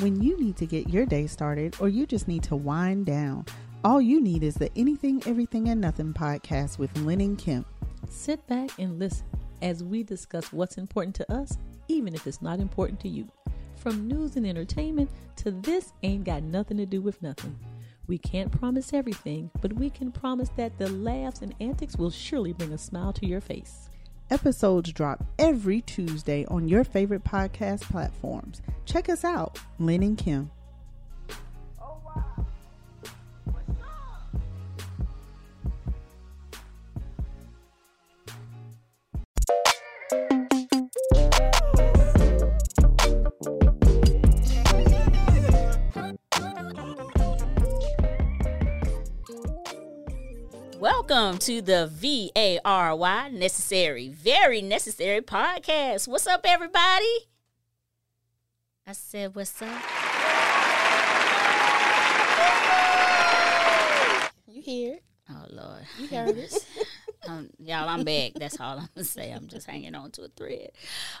When you need to get your day started or you just need to wind down, all you need is the Anything, Everything, and Nothing podcast with Lynn and Kemp. Sit back and listen as we discuss what's important to us, even if it's not important to you. From news and entertainment to this ain't got nothing to do with nothing. We can't promise everything, but we can promise that the laughs and antics will surely bring a smile to your face. Episodes drop every Tuesday on your favorite podcast platforms. Check us out, Lynn and Kim. Welcome to the V A R Y Necessary, Very Necessary podcast. What's up, everybody? I said, What's up? You hear it. Oh, Lord. You heard it. Um, y'all, I'm back. That's all I'm gonna say. I'm just hanging on to a thread.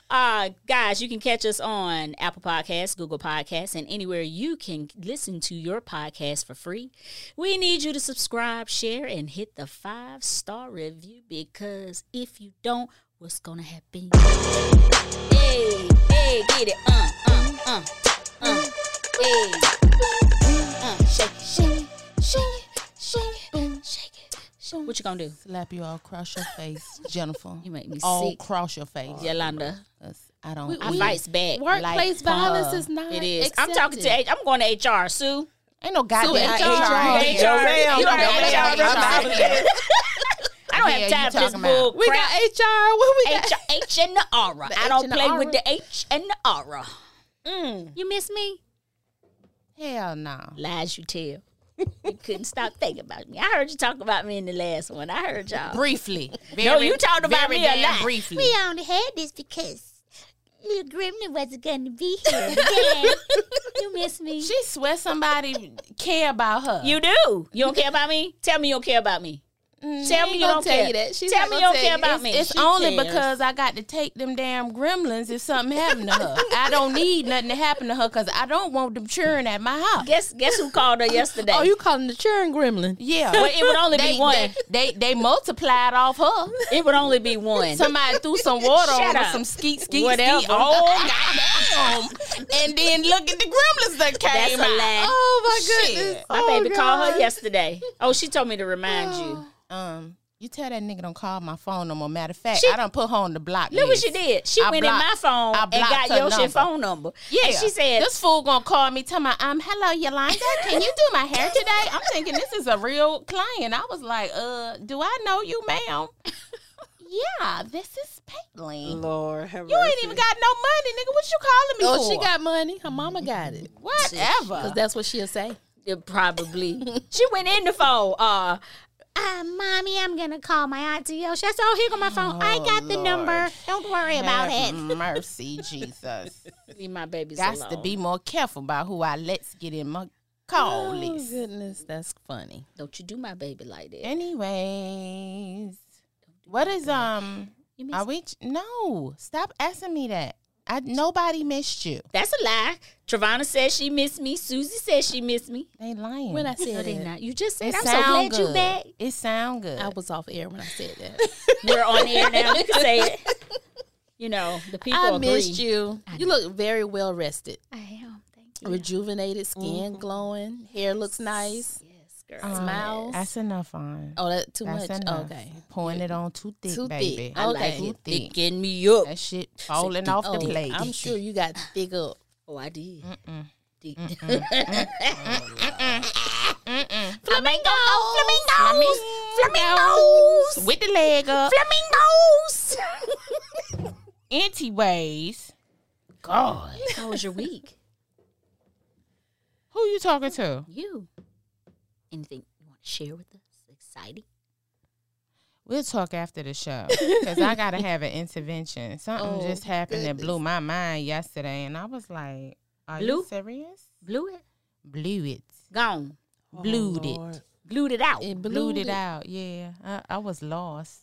Uh, guys, you can catch us on Apple Podcasts, Google Podcasts, and anywhere you can listen to your podcast for free. We need you to subscribe, share, and hit the five star review because if you don't, what's gonna happen? Hey, hey, get it? Uh, uh, uh, uh. Hey, uh, shake, shake, shake it, shake it, shake it. What you gonna do? Slap you all across your face, Jennifer. You make me all sick. across your face. Yolanda. That's- I don't. I we- fights back. Workplace like, violence uh, is not It is. I'm accepted. talking to. H- I'm going to HR. Sue. Ain't no goddamn Sue, HR. HR. HR. here. You don't are know what HR. I'm talking about. I don't Yeah, have you time for this talking about- bull crap. HR. What we H, H and the aura. The I H don't and the play aura. with the H and the aura. Mm. You miss me? Hell no. Lies you tell. you couldn't stop thinking about me. I heard you talk about me in the last one. I heard y'all. Briefly. No, you talked about very me a damn lot. Briefly. We only had this because little Gremlin wasn't going to be here. Dad, you miss me. She swear somebody care about her. You do. You don't care about me? Tell me you don't care about me. Mm, tell me she ain't you gonna don't tell care. You that. She's Tell not me gonna you don't tell care about It's- me. It's She only cares. because I got to take them damn gremlins if something happened to her. I don't need nothing to happen to her because I don't want them churning at my house. Guess guess who called her yesterday? Oh, calling the churn gremlin? Yeah. Well, it would only they, be one. They, they they multiplied off her. It would only be one. Somebody threw some water Shut on her, up. some skeet skeet Whatever. skeet. Oh goddamn! and then look at the gremlins that came That's a out. lie. Oh my Shit. goodness! My Oh, baby called her God. yesterday. Oh, she told me to remind you. Um, you tell that nigga don't call my phone no more. Matter of fact, I don't put her on the block. Look what list. she did. She I went blocked- in my phone I and blocked got her your shit number. phone number. Yeah, And she said, "This fool gonna call me, tell my um, hello Yolanda, can you do my hair today?" I'm thinking this is a real client. I was like, "Uh, do I know you, ma'am?" yeah, this is Paitley. Lord, have You ain't even got no money, nigga. What you calling me Oh, for? she got money. Her mama got it. Cause whatever. that's what she'll say. "Yeah, probably. she went in the phone. Uh, Uh, mommy, I'm going to call my auntie Yosha. So here go my phone. I Oh, got the Lord. number. Don't worry about Have it. Mercy, Jesus. leave my babies Got alone. to be more careful about who I let's get in my call list. Oh, goodness, that's funny. Don't you do my baby like that. Anyways, what is um? You miss Are we? No, stop asking me that. I nobody missed you. That's a lie. Travana says she missed me. Susie says she missed me. They lying. When I said No, they that, not. You just said, It I'm so glad sound you good. back. It sound good. I was off air when I said that. We're on air now. You can say it. You know, the people I agree. missed you. You look very well rested, I am. Thank you. rejuvenated, skin glowing, hair looks nice. Yes, girl. Um, smiles. That's enough on. Oh, that too that's much. enough. Okay. Pouring it on too thick, Too thick. baby. I like Okay. Too it. thick. Picking me up. That shit falling off Oh, the plate. I'm sure you got big up. Oh, I did. Did- Flamingos! Flamingos! Flamingos with the leg up. Flamingos! Anyways, God, How was your week? who you talking to? You. Anything you want to share with us? Exciting. We'll talk after the show because I gotta have an intervention. Something Oh, just happened that goodness. blew my mind yesterday, and I was like, "Are Blew? you serious? Blew it. Blew it, Gone. blewed it, Glued it out. It blewed blew it out." Yeah, I, I was lost.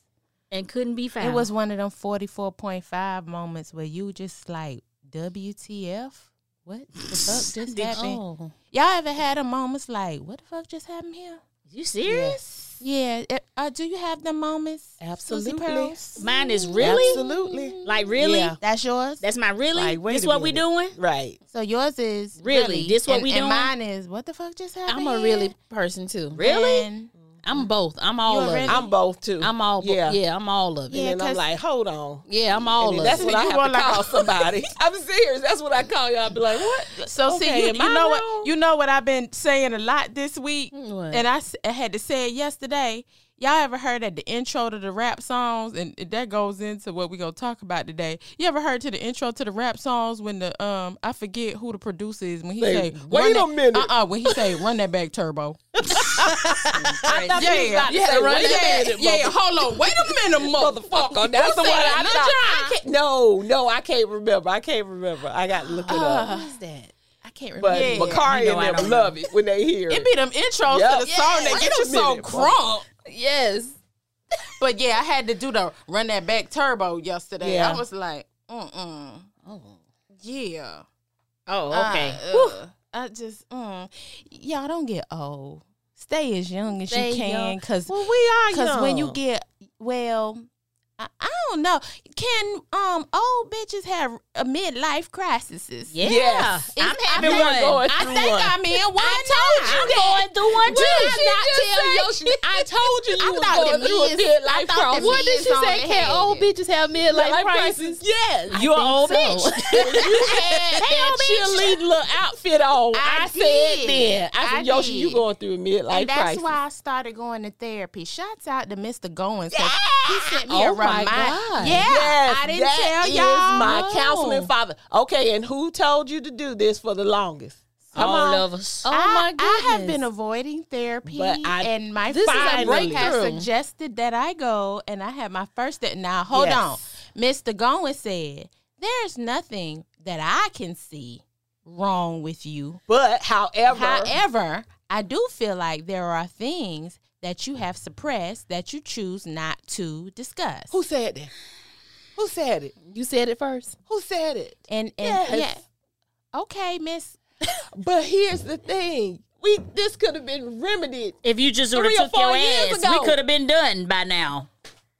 and couldn't be found. It was one of them forty four point five moments where you just like WTF? what the fuck just Did happened? Oh. Y'all ever had a moments like, what the fuck just happened here? You serious? Yeah. eh, Uh, do you have them moments? Susie Absolutely. Pearls? Mine is really Absolutely. like really. Yeah. That's yours. That's my really. Like, wait this a what we minute. doing? Right. so yours is Really? really. This what and, we and doing? mine is what the fuck just happened. I'm a here? really person too. Really? And I'm both. I'm all You of a really- it. I'm I'm both too. I'm all bo- yeah. yeah. I'm all of it. Yeah, Yeah, And I'm 'cause- like, hold on. I'm And all then of that's it. what I have to call somebody. I'm serious. That's what I call y'all. I be like, what? so Okay, see, you, am you I know wrong? what you know what I've been saying a lot this week, What? and I, s- I had to say it yesterday. Y'all ever heard at the intro to the rap songs, and that goes into what we're gonna talk about today. You ever heard to the intro to the rap songs when the um I forget who the producer is when he Say, say "Wait a minute." uh uh when he say run that back turbo I thought you was Yeah. about to say, run that yeah, minute, yeah motherfucker. hold on wait a minute Motherfucker, that's the one I Good thought. I can't- no, no, I can't remember. I can't remember. I got to look it Uh, up. What's that? I can't remember. But yeah. Makari You know I and don't them love it when they hear it be them intros Yep. to the song that Yes. get you Wait a so minute, boy. crunk Yes. But yeah, I had to do the run that back turbo yesterday. Yeah. I was like, mm mm. Oh. Yeah. Oh, I- okay. uh, I just, mm. y'all don't get old. Stay as young as Stay you can. young. Because Well, we are young. when you get, well, I, I don't know. Can um old bitches have a midlife crisis? yeah. Yes. I'm It's- having I'm one. going I through think one. I'm in one. I told you that. now. I'm going through one Did too. I not tell you? I told you I you was thought going the through a men- I midlife thought crisis. the What did she men say? only Can had old it. bitches have midlife, Life crisis? crisis. Yes. You're an old Oh, bitch. you had that cheerleading little outfit on. I I, said did. then. I I said, Yoshi, did. you going through a midlife and that's crisis. why I started going to therapy. Shouts out to Mr. Goins. 'cause He sent me a Oh my reminder. God. Yeah, Yes, I didn't that tell is y'all. my counseling father. Okay, and who told you to do this for the longest? Come All on. of us. Oh I, my goodness. I have been avoiding therapy, But I- and my this is a finally has breakthrough. suggested that I go, and I had my first. day- Now hold Yes. on, Mr. Goins said, "There's nothing that I can see wrong with you. But however, However, I do feel like there are things." That you have suppressed that you choose not to discuss. who said that? Who said it? You said it first. Who said it? And and Yes. yeah. Okay, Miss. But here's the thing: we this could have been remedied. If you just would have Three or took your four years ass, ago. we could have been done by now.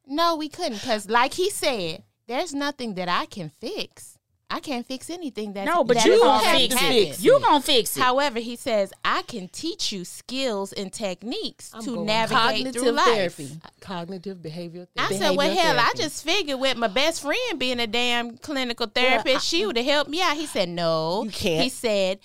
No, we couldn't because, like he said, there's nothing that I can fix. I can't fix anything that. No, but that you has gonna already fix it. happened. You gonna fix it. However, he says I can teach you skills and techniques to going navigate through cognitive life. therapy. Cognitive behavioral I therapy. said, well, Behavior hell, I therapy. just figured with my best friend being a damn clinical therapist, she would have helped me out. He said, no. You can't. He said,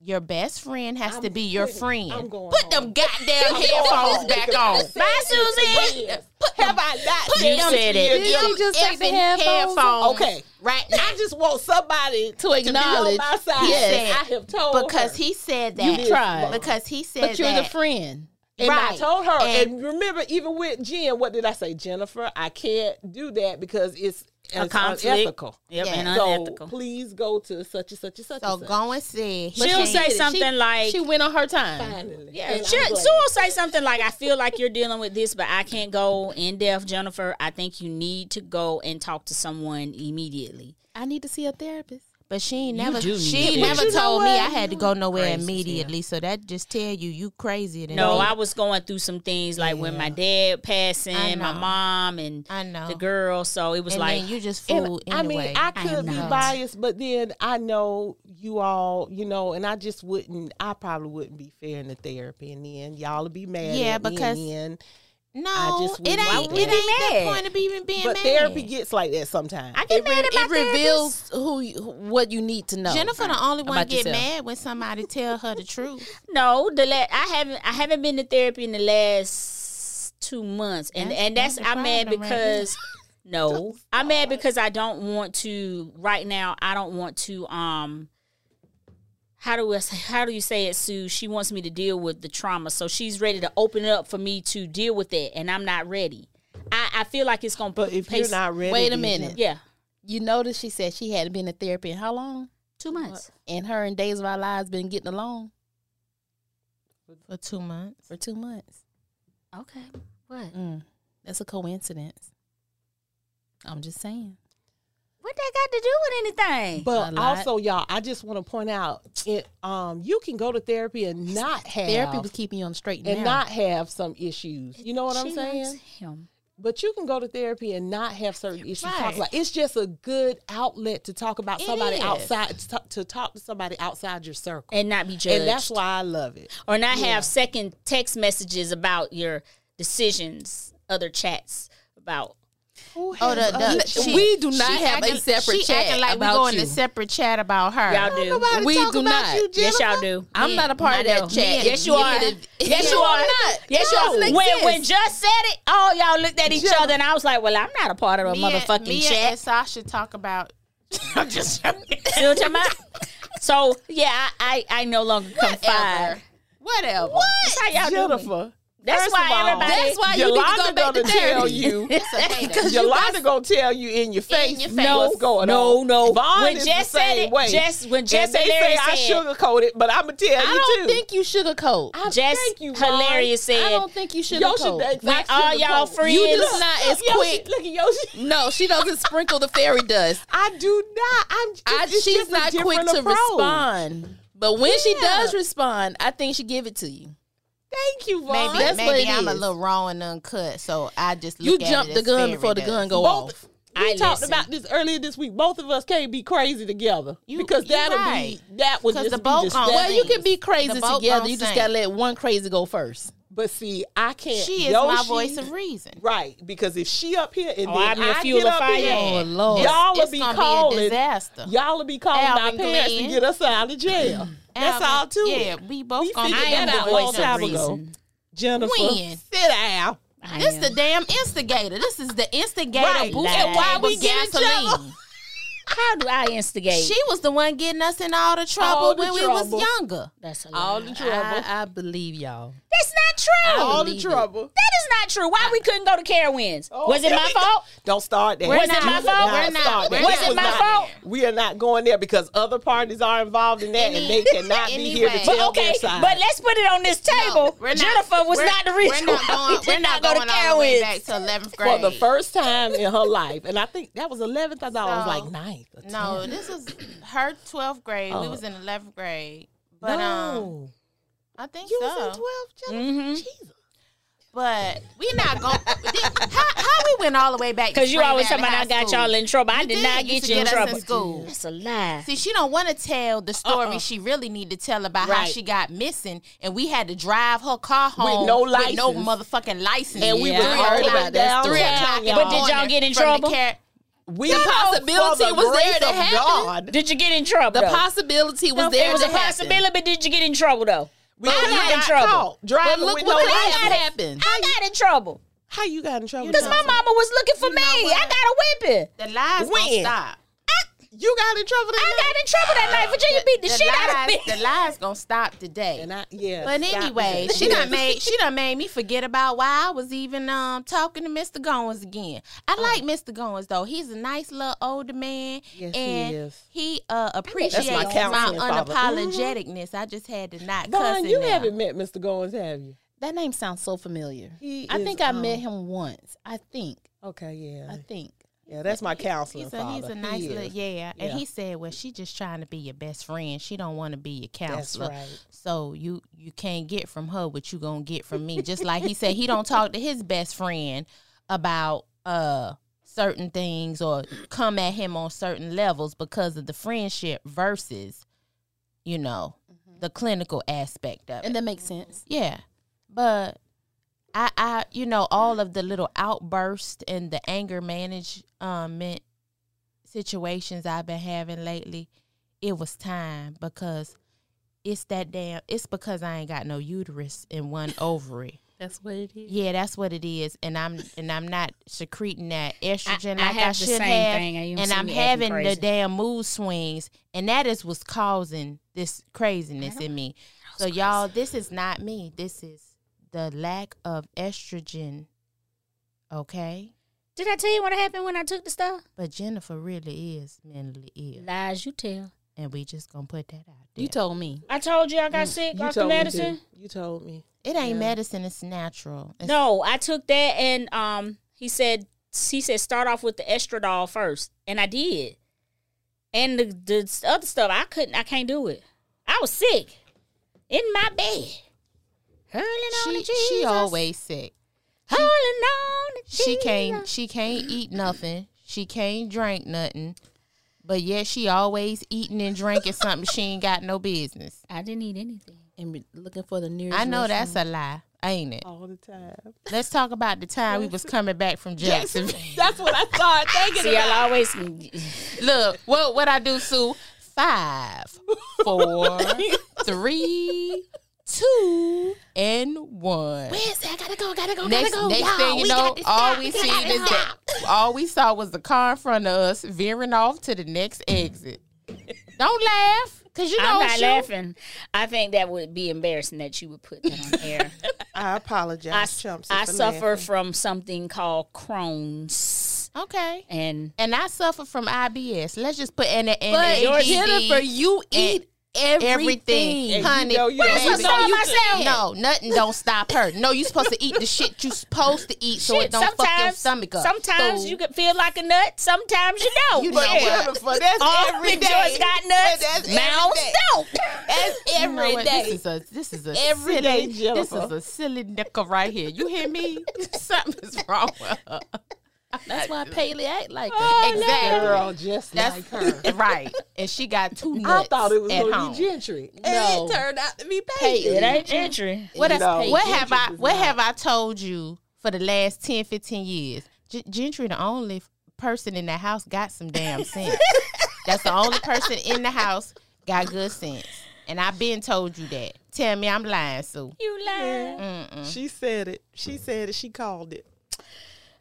your best friend has to be your friend. I'm going Put them goddamn headphones back on. Bye, Susie. Put them, have I not? Put You them, said it. them Did she just take the effing headphones headphones Okay. Right I just want somebody To acknowledge. to be on my side. Yes. I have told because her. he said that. tried. Because he said But you're that. the friend. And I Right. told her. And- And, remember, even with Jen, what did I say? Jennifer, I can't do that because it's, A it's conflict. unethical. Yep, Yeah. and So unethical. please go to such and such and such. So and such. going said. he She'll can't- say She- something like, She went on her time. Finally. yeah, And she, I'm Sue glad. will say something like, I feel like you're dealing with this, but I can't go in depth, Jennifer. I think you need to go and talk to someone immediately. I need to see a therapist. But she ain't never do she need ain't it. never But you know told me what? I had to go nowhere Crazy as immediately. So that just tell you you crazy than No, me. I was going through some things like when my dad I passing, my know. mom, and I know. the girl. So it was and like, then you just And, fool I anyway. mean, I I could be know. biased, but then I know you all, you know, and I just wouldn't. I probably wouldn't be fair in the therapy, and then y'all would be mad. Yeah, at me, because- and then- no, just it ain't. It wouldn't like ain't that. that mad. point of even being but mad. therapy gets like that sometimes. I get mad at my It reveals who you, what you need to know. Jennifer, the only one uh, About get yourself. mad when somebody tell her the truth. No, the la- I haven't I haven't been to therapy in the last two months, and and that's, that's the I'm mad problem right there. because no, I'm mad because I don't want to right now. I don't want to um. How do I say, how do you say it, Sue? She wants me to deal with the trauma, so she's ready to open it up for me to deal with it, and I'm not ready. I, I feel like it's gonna. but if pace- you're not ready, Wait a then- minute. yeah, You notice she said she hadn't been in therapy in how long? Uh, two months. And her and Days of Our Lives been getting along For two months. for two months. Okay, what? Mm, that's a coincidence. I'm just saying. What that got to do with anything? A But lot. also, y'all, I just want to point out it um you can go to therapy and not have Therapy was keeping you on the straight and and narrow. not have some issues. You know what I'm She saying? likes him. But you can go to therapy and not have certain issues to talk Right. about. It's just a good outlet to talk about It somebody is. outside to talk, to talk to somebody outside your circle. and not be judged, And that's why I love it. or not have second text messages about your decisions, other chats about. Who Oh, has the- other the- children? she- we we do not She have a acting- separate she chat acting like about we go in you. a separate chat about her. Y'all do. Nobody we talk do about not. You, Yes, y'all Jennifer. do. I'm not a part of I that know. chat. Yes, you are. If it- Yes, you No, are. I'm not. Yes, you No, are. it doesn't When, when exist. Just said it, all y'all looked at each other, and I was like, "Well, I'm not a part of a Me and- motherfucking me chat." and Sasha talk about. I'm just joking. See what I'm talking about? So yeah, I I, I no longer confide. Whatever. Whatever. That's how y'all do. me. Jennifer. That's First why of all, everybody. That's why you need to Yolanda go back to gonna tell therapy. you. It's a hater. Yolanda gonna tell you in your face, your what's face. going no, on. no. Vaughn when is Jess the said same it, way. Jess when And Jess they and Larry say I said, sugarcoat it, but I'm gonna tell I you don't too. think you sugarcoat. I Jess Thank you, Vaughn. hilarious said, don't think you Yoshi, sugarcoat. that's when not all y'all sugarcoat. friends, You just not as Yoshi, quick. Look at Yoshi. No, she doesn't sprinkle the fairy dust. I do not. I'm. It's, I, it's she's just a not quick different to approach. respond. But when she does respond, I think she give it to you. Thank you, Vaughn. Maybe, That's what maybe it I'm a is. little raw and uncut, so I just You look at jump it the as gun fairy before the dust. gun go Both- off. we I talked listen. about this earlier this week. Both of us can't be crazy together You- because you that'll right. be that would 'Cause just the be boat just on- that. Well, you can be The crazy boat together. gonna You just sink. gotta let one crazy go first. But see, I can't. She is my Yoshi- voice of reason. Right, because if she up here and Oh, then I'm your I fuel get of up fire. here, Oh Lord. It's- y'all will it's be gonna calling. Be a disaster. y'all will be calling Alvin our parents Glenn. to get us out of jail. That's Alvin- all too. Yeah, we both We gonna figured be that in out the a long voice of time reason. ago. reason. Jennifer, When? sit down. I This am. the damn instigator. This is the instigator Right. booster And why why we we get in gasoline. How do I instigate? She was the one getting us in all the trouble All the when we trouble. was younger. That's a All lie. the trouble. I, I believe y'all. That's not true. all the believe it. trouble. that is not true. Why we couldn't go to Carowinds? Oh, was it here my we go. fault? Don't start that. We're Was it not- my fault? We're not- start that. we're That not- was my not- fault? We are not going there because other parties are involved in that, and they cannot be here to Anyway. tell But their Okay, side. but let's put it on this table. we're not- Jennifer was we're- not the reason. We're why not we going, did we're not go going to all the Carowinds. way back to 11th for grade. the first time in her life, and I think that was 11th. I thought it was So, like ninth. Or 10th. No, this was her 12th grade. Oh. We was in 11th grade. But um, no. I think you so. was in 12th. Jennifer? Jesus. But we not going. how, how we went all the way back? to Because you Spring always Valley talking about I High got School. y'all in trouble. I did did not used get to you in get us in trouble. Uh-uh. school. That's a lie. See, she don't want to tell the story she really need to tell about how Right. she got missing, and we had to drive her car home no no license. motherfucking license. And we Three was all o'clock- about that. Three Yeah. o'clock. in the But did y'all morning get in from the trouble? car- We The know possibility for the was there grace to of happen. God. Did you get in trouble? The though? possibility was there. It was to a happen. possibility, but did you get in trouble though? We I got in trouble. caught driving But look with what no that license. happened. I got in trouble How you got in trouble? because my Johnson? mama was looking for me. I got a whipping. The lies When? gonna stop. you got in trouble that I night? got in trouble that night. Virginia beat the, The shit out of lies, me. the lies gonna stop today. And I, yeah. But stop anyway, that. she done made she done made me forget about why I was even um talking to Mr. Goins again. I Oh. like Mr. Goins though. He's a nice little older man. Yes, he and is. he uh appreciates my my, counseling father. unapologeticness. I just had to not cuss Vaughn, in you there. haven't met Mr. Goins, have you? That name sounds so familiar. He I is, think I met um, him once. I think. Okay, yeah. I think. Yeah, that's my counselor. He's a, he's a nice little yeah. Yeah. And he said, Well, she just trying to be your best friend. She don't want to be your That's counselor. right. So you you can't get from her what you gonna get from me. Just like he said, he don't talk to his best friend about uh certain things or come at him on certain levels because of the friendship versus, you know, the clinical aspect of it. And that makes sense. Yeah. But I I you know, all of the little outbursts and the anger management situations I've been having lately, it was time because it's that damn it's because I ain't got no uterus and one ovary. That's what it is. Yeah, that's what it is, and I'm and I'm not secreting that estrogen I like I, have the should same have, thing, and you and see I'm me acting having crazy. the damn mood swings, and that is what's causing this craziness in me. So y'all, this is not me. This is the lack of estrogen. Okay, Did I tell you what happened when I took the stuff? but Jennifer really is mentally ill, Lies you tell. and we just gonna put that out there. You told me. I told you I got sick Mm. You off the told, me to. medicine. you told me. it ain't medicine; it's natural. It's No, I took that and um he said he said start off with the estradiol first, and I did. And the, the other stuff I couldn't, I can't do it. I was sick in my bed, hurling on the She, Jesus, she always sick. hurling on the She Jesus. can't she can't eat nothing. She can't drink nothing. But yet she always eating and drinking something she ain't got no business. I didn't eat anything. And be looking for the nearest. I know that's a lie, ain't it? all the time. Let's talk about the time we was coming back from Jacksonville. That's what I thought. Thank See, you. y'all always. Look, what what I do, Sue? Five, four, three, two, and one. I gotta go, gotta go, Next, gotta go. next y'all. thing you We know, got this all stop. we gotta seen is that all we saw was the car in front of us veering off to the next exit. Don't laugh, cause you I'm know not shoot. laughing. I think that would be embarrassing that you would put that on air. I apologize, I, chumps. I for suffer laughing. from something called Crohn's, Okay, and and I suffer from IBS. Let's just put in the But your Jennifer, you eat everything, And you honey. know you baby. don't That's what I said. No, nothing don't stop her. No, you supposed to eat the shit you supposed to eat so it Shit, don't fuck your stomach up. Sometimes you can feel like a nut. Sometimes you don't. You But know what? Jennifer, that's All every the day. joints got nuts. That's every Mounds day. don't. That's You know every what? day. This is a this is a Every silly, day, This is Jennifer. a silly nickel right here. You hear me? Something's wrong with her. That's why Paley act like exactly. Oh, Girl, just like That's her. right. And she got two I nuts thought it was at going to home. be Gentry. that. No. It turned out to be Paley. It ain't gentry. What, else- No, what Gentry have I was what not. have I told you for the last 10, 15 years? G- Gentry the only person in the house got some damn sense. That's the only person in the house got good sense. And I've been told you that. Tell me I'm lying, Sue. You lying. Mm-mm. She said it. She said it. She called it.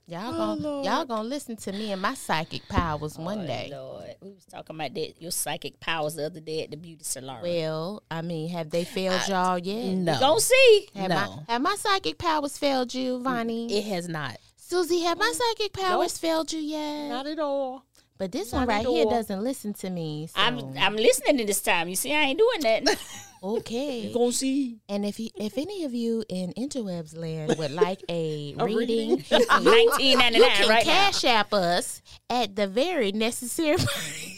Y'all gonna y'all gonna listen to me and my psychic powers one day. Oh, Lord, we was talking about that your psychic powers the other day at the beauty salon. Well, I mean, have they failed y'all yet? we No. gonna see. Have, No. my, have my psychic powers failed you, Vonnie? It has not. Susie, have my psychic powers failed you yet? Not at all. But this one right here doesn't listen to me. So. I'm I'm listening to this time. You see, I ain't doing that. okay. gonna see. And if you, if any of you in interwebs land would like a, reading, Nineteen ninety you nine can right now. cash app us at the very necessary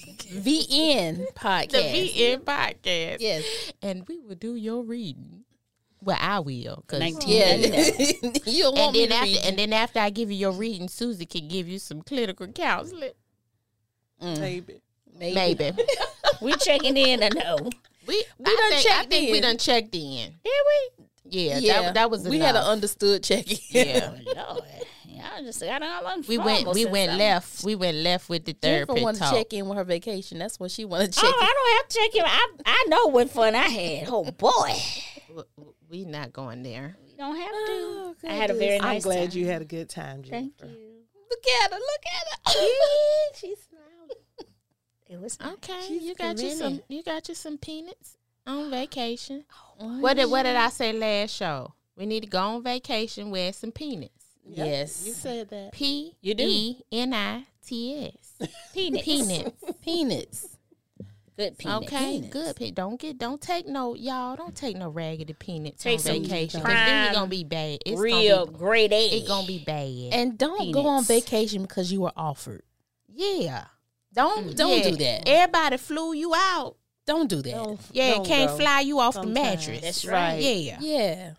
VN podcast. the VN podcast. Yes. and we will do your reading. Well, I will. 'cause- Nineteen Yeah. ninety nine. you don't and want me then to after read. and then after I give you your reading, Susie can give you some clinical counseling. Mm. Baby. Maybe We checking in or no? we we done I think, I checked think we in. done checked in. Did we? Yeah, yeah, That, that was we had enough. an understood check in. yeah. Oh, Lord, y'all just got all on. We went we went left. We went left with the Jennifer therapy want to talk. check in with her vacation. That's when she want to check. Oh, I don't have to check him. I I know what fun I had. Oh boy, W- w- We not going there. you don't have to. I had a very I'm nice. glad time. you had a good time, Jennifer. Thank you. Look at her. Look at her. It was Okay, She's you got you some committed. you got you some peanuts on vacation. what did what did I say last show? We need to go on vacation with some peanuts. Yes. You said that. P You do. E N I T S. peanuts. Peanuts. Peanuts. Good peanuts. Okay, good. Pe- Don't get don't take no y'all don't take no raggedy peanuts Take on some vacation. 'cause then prime, you gonna be bad. It's Real gonna great be, A. it gonna be bad. And don't go on Peanuts. vacation because you were offered. yeah. Don't Don't yeah. do that. Everybody flew you out. Don't do that. Yeah, Don't can't go. fly you off the Sometimes. mattress. That's right. Yeah. Yeah.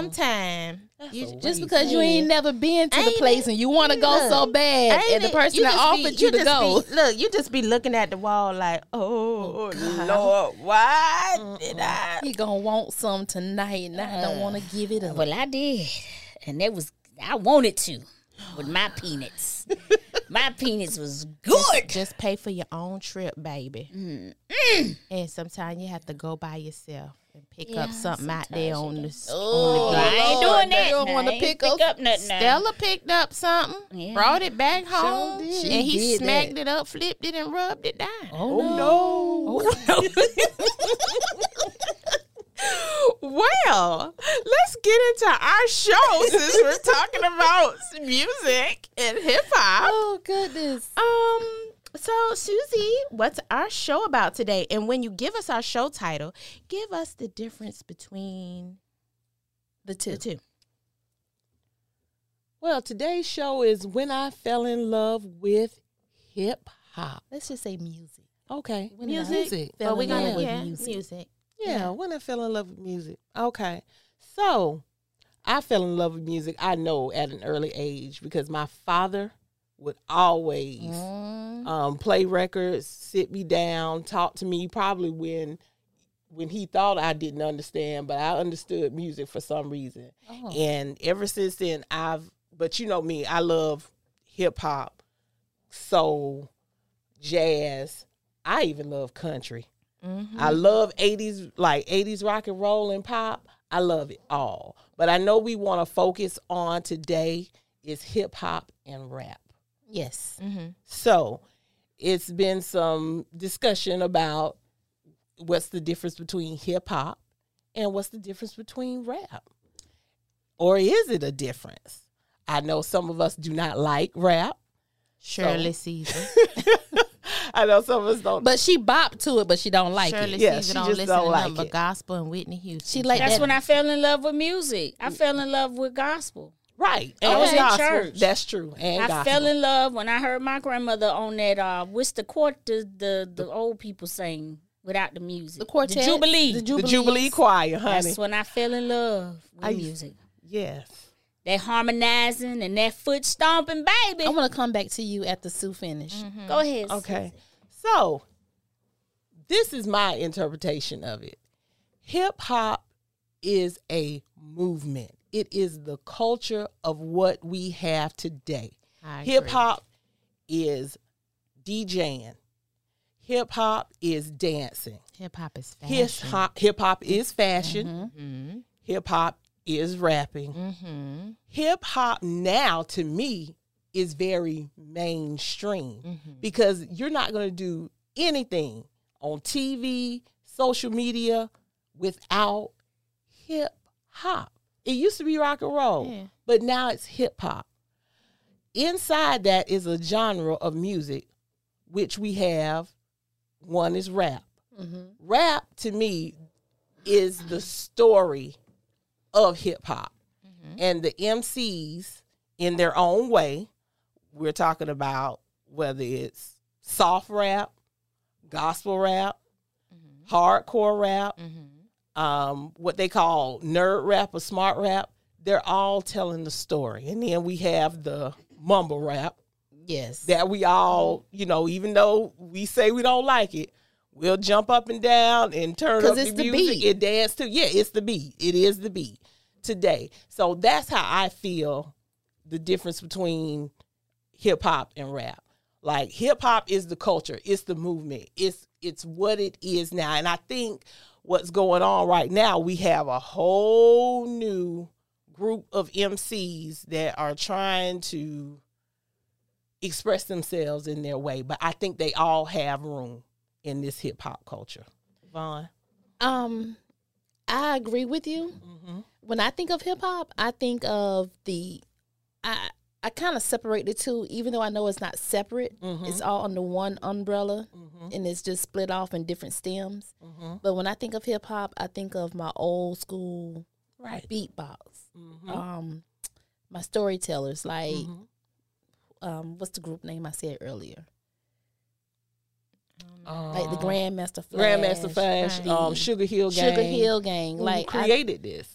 Sometime you Just because you ain't never been to the Ain't place and you want to go so bad, Ain't and the it? person You that just be- offered you to just go. be- look, you just be looking at the wall like, oh, Lord, why did I? He gonna want some tonight, and I Uh-uh. don't want to give Oh, it up. Well, I did, and it was I wanted to with my peanuts. my peanuts was good. just pay for your own trip, baby. Mm-hmm. And sometimes you have to go by yourself and pick up something out there on the, s- on the Oh, I beach. Lord, ain't doing they that. don't I wanna ain't pick up nothing. now. Stella picked up something, Yeah. brought it back home, did. and She he did smacked it up, flipped it, and rubbed it down. Oh, no. Well, let's get into our show since we're talking about music and hip hop. Oh goodness! Um, so Susie, what's our show about today? And when you give us our show title, give us the difference between The two. the two. Well, today's show is when I fell in love with hip hop. Let's just say music. Okay, When did I But we're gonna yeah, music. Yeah, when I fell in love with music. Okay. So I fell in love with music, I know, at an early age because my father would always um, play records, sit me down, talk to me, probably when when he thought I didn't understand, but I understood music for some reason. And ever since then I've but you know me, I love hip hop, soul, jazz. I even love country. I Mm-hmm. love 80s, like 80s rock and roll and pop. I love it all. But I know we want to focus on today is hip hop and rap. Yes. Mm-hmm. So it's been some discussion about what's the difference between hip hop and what's the difference between rap? Or is it a difference? I know some of us do not like rap. Shirley Caesar. I know some of us don't. But she bopped to it, but she don't like Shirley it. Yeah, she Caesar don't just listen don't to like nothing it. but gospel and Whitney Houston. She like That's that. when I fell in love with music. I fell in love with gospel. right. I was in gospel. church. That's true. And I gospel. fell in love when I heard my grandmother on that. Uh, what's the court the, the the old people sing without the music? the quartet, the jubilee. the the jubilee, Jubilee Choir, honey. That's when I fell in love with I used- music. Yes. That harmonizing and that foot stomping, baby. I want to come back to you at the Sue finish. Mm. Go ahead. Okay. So, this is my interpretation of it. Hip hop is a movement. It is the culture of what we have today. I Hip agree. hop is DJing. Hip hop is dancing. Hip hop is fashion. Hip hop hip hop is fashion. Mhm. Hip hop is rapping. Mhm. hip hop now to me is very mainstream because you're not going to do anything on TV, social media without hip hop. It used to be rock and roll, Yeah. but now it's hip hop. Inside that is a genre of music which we have one is rap. Rap to me is the story of hip hop and the MCs in their own way. We're talking about whether it's soft rap, gospel rap, hardcore rap, um, what they call nerd rap or smart rap. They're all telling the story. And then we have the mumble rap Yes. that we all, you know, even though we say we don't like it, we'll jump up and down and turn 'Cause up it's the, the music beat. and dance to. Yeah, it's the beat. It is the beat today. So that's how I feel the difference between hip hop and rap. Like hip hop is the culture, it's the movement, it's it's what it is now. And I think what's going on right now, we have a whole new group of MCs that are trying to express themselves in their way, but I think they all have room in this hip hop culture. Vaughn. Um, I agree with you. Mm-hmm. When I think of hip hop, I think of the, I I kind of separate the two, even though I know it's not separate. Mm-hmm. It's all under one umbrella, and it's just split off in different stems. Mm-hmm. But when I think of hip hop, I think of my old school Right. Mm-hmm. beatbox. Um, my storytellers like, Mm-hmm. um, what's the group name I said earlier? Like the Grandmaster Um, Flash, Uh-huh. Grandmaster Flash, um, Sugar Hill Gang. Sugar Hill Gang. who Like I created this.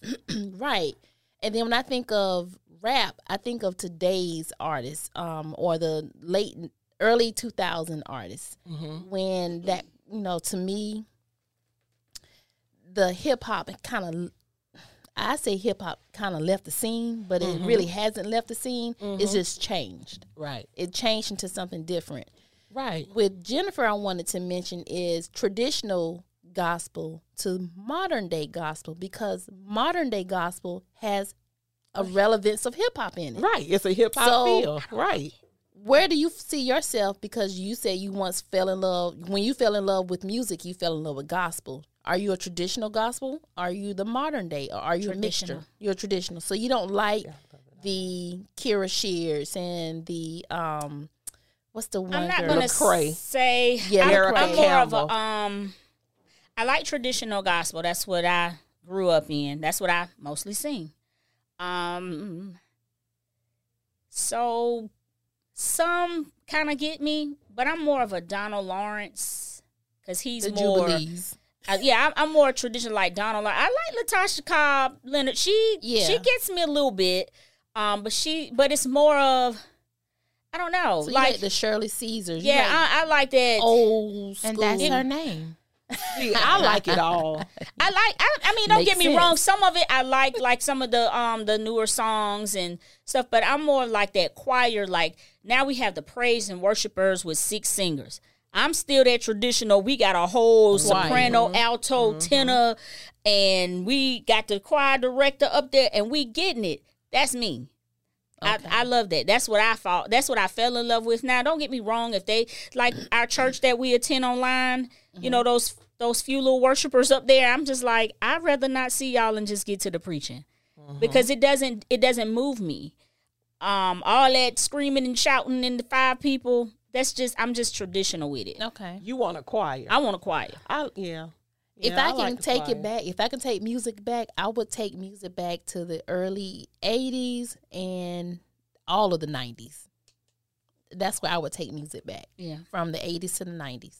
right. And then when I think of rap, I think of today's artists, um, or the late early two thousand artists. When that you know, to me, the hip hop kind of, I say hip hop kind of left the scene, but it really hasn't left the scene. It's just changed. Right. It changed into something different Right. with Jennifer, I wanted to mention is traditional gospel to modern day gospel because modern day gospel has a relevance of hip hop in it. Right. It's a hip hop So- feel. Right. Where do you see yourself? Because you said you once fell in love, when you fell in love with music, you fell in love with gospel. Are you a traditional gospel? Are you the modern day? Or are you a mixture? You're traditional. So you don't like the Kira Shears and the, um, what's the one? I'm not girl? gonna Lecrae. say. Yeah, I'm, Lecrae. I'm more of Campbell. a um. I like traditional gospel. That's what I grew up in. That's what I mostly sing. Um, So some kind of get me, but I'm more of a Donald Lawrence because he's The more. Jubilees. Uh, yeah, I'm, I'm more traditional like Donald. Like, I like Latasha Cobb Leonard. She Yeah. she gets me a little bit, um, but she but it's more of I don't know So you like, like, the Shirley Caesars. you yeah like Oh, I, I like that. old school. And that's her name. I like it all. I like. I, I mean, don't Makes get me sense. wrong. Some of it I like, like some of the um the newer songs and stuff. But I'm more like that choir. Like now we have the praise and worshipers with six singers. I'm still that traditional. We got a whole soprano, Mm-hmm. alto, tenor, and we got the choir director up there, and we getting it. That's me. I, I love that. That's what I fall. That's what I fell in love with. Now, don't get me wrong. If they like our church that we attend online, you know those those few little worshipers up there. I'm just like I'd rather not see y'all and just get to the preaching because it doesn't it doesn't move me. Um, all that screaming and shouting and the five people. That's just I'm just traditional with it. Okay. You want a choir? I want a choir. I, yeah. If Yeah, I can like the take choir. it back, if I can take music back, I would take music back to the early 80s and all of the 90s. That's where I would take music back Yeah. from the 80s to the 90s.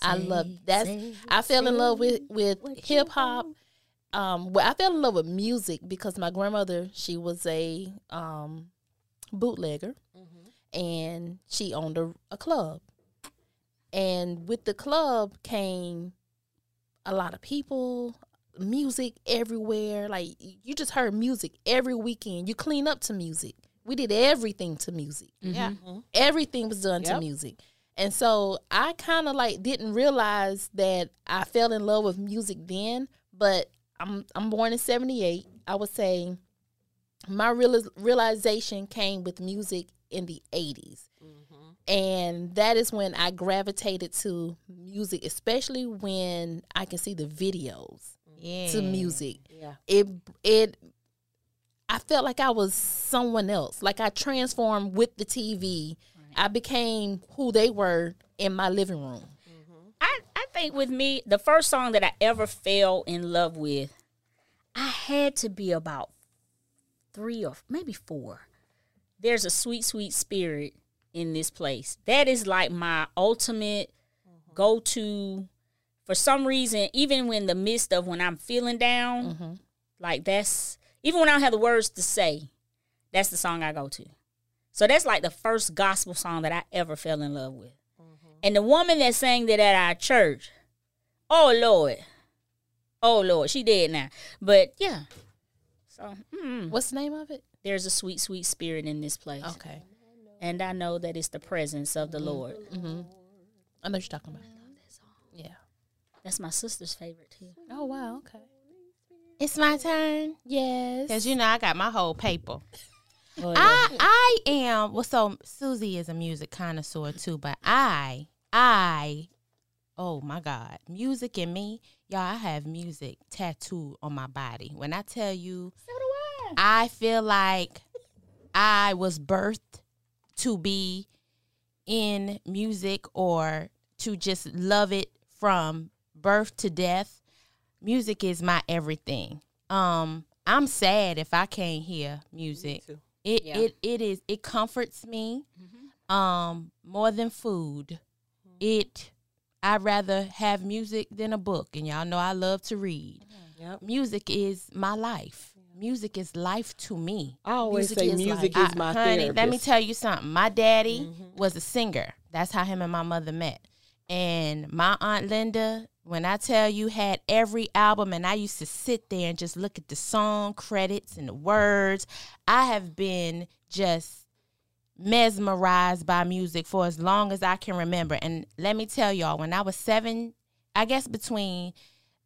I love that's I fell in love with with hip hop. Um, well, I fell in love with music because my grandmother she was a um, bootlegger, and she owned a, a club. And with the club came a lot of people, music everywhere. Like you just heard music every weekend. You clean up to music. We did everything to music Yeah. Mm-hmm. everything was done to Yep. music and so i kind of like didn't realize that i fell in love with music then but i'm i'm born in 78 i would say my real, realization came with music in the 80s Mm-hmm. and that is when i gravitated to music especially when i can see the videos Yeah. to music Yeah. it it I felt like I was someone else. Like I transformed with the TV. I became who they were in my living room. I, I think with me, the first song that I ever fell in love with, I had to be about three or maybe four. There's a sweet, sweet spirit in this place. That is like my ultimate go to. For some reason, even when the midst of when I'm feeling down, like that's even when I don't have the words to say, that's the song I go to. So that's like the first gospel song that I ever fell in love with. And the woman that sang that at our church, oh Lord, oh Lord, she dead now. But yeah, so mm, What's the name of it? there's a sweet, sweet spirit in this place, Okay. and I know that it's the presence of the Lord. I know what you're talking about. That's my sister's favorite too. Oh wow, okay. It's my turn. Yes. Because you know I got my whole paper. Oh, I I am well so Susie is a music connoisseur too, but I I oh my God. Music and me, y'all I have music tattooed on my body. When I tell you I feel like I was birthed to be in music or to just love it from birth to death. Music is my everything. Um, I'm sad if I can't hear music. It it it is it comforts me um more than food. It I'd rather have music than a book and y'all know I love to read. Music is my life. Music is life to me. I always Music say is music I- is my honey, therapist. Mm-hmm. let me tell you something. My daddy was a singer. That's how him and my mother met. And my aunt Linda, when I tell you, had every album, and I used to sit there and just look at the song credits and the words. I have been just mesmerized by music for as long as I can remember. And let me tell y'all, when I was seven, I guess between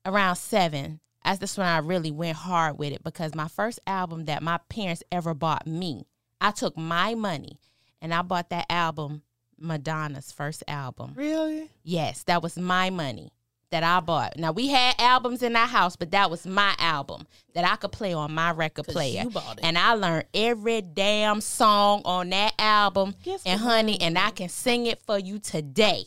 around seven, that's just when I really went hard with it because my first album that my parents ever bought me, I took my money and I bought that album, Madonna's first album. really? Yes, that was my money that I bought. Now we had albums in our house, but that was my album that I could play on my record player. And I learned every damn song on that album. and honey, and I can sing it for you today.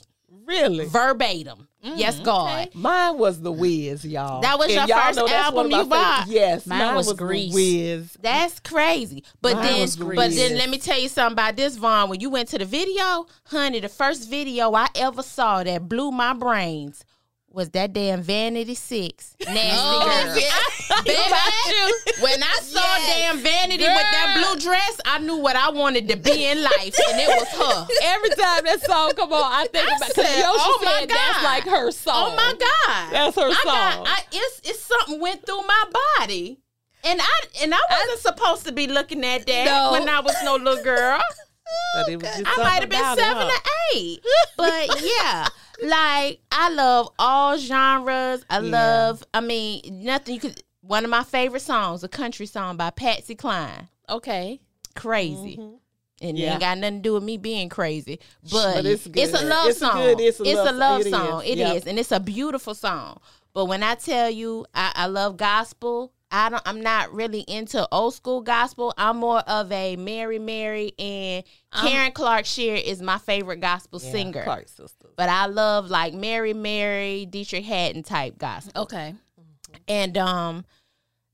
Really? Verbatim. Yes, God. Mine was the Wiz, y'all. That was If your y'all first know that's one album of you my favorite- bought. Yes, Mine was Grease. The Wiz. That's crazy. But Mine then, was but greased. then, let me tell you something about this Vaughn. When you went to the video, honey, the first video I ever saw that blew my brains was that damn Vanity Six. Nasty Oh, girl. Baby, when I saw damn Vanity with that blue dress, I knew what I wanted to be in life, and it was her. Every time that song come on, I think I about said, because Yosha "Oh my said that's God." like her song. Oh my god, That's her I song. Got, I, it's it's something went through my body, and I and I wasn't supposed to be looking at that No. when I was no little girl. But it was just Oh, I something might have been about it, seven huh? or eight. But yeah, like I love all genres. I love. I mean, nothing you could. One of my favorite songs, a country song by Patsy Cline. Okay. Crazy. Mm-hmm. And it Yeah. ain't got nothing to do with me being crazy, but, it's it's, good. a love It's song. good. It's a love- love it is. song. It is, Yep. and it's a beautiful song. But when I tell you, I, I love gospel. I don't. I'm not really into old school gospel. I'm more of a Mary Mary and Karen Clark Shear is my favorite gospel singer. Clark sisters. But I love like Mary Mary, Dietrich Hatton type gospel. Okay. And um,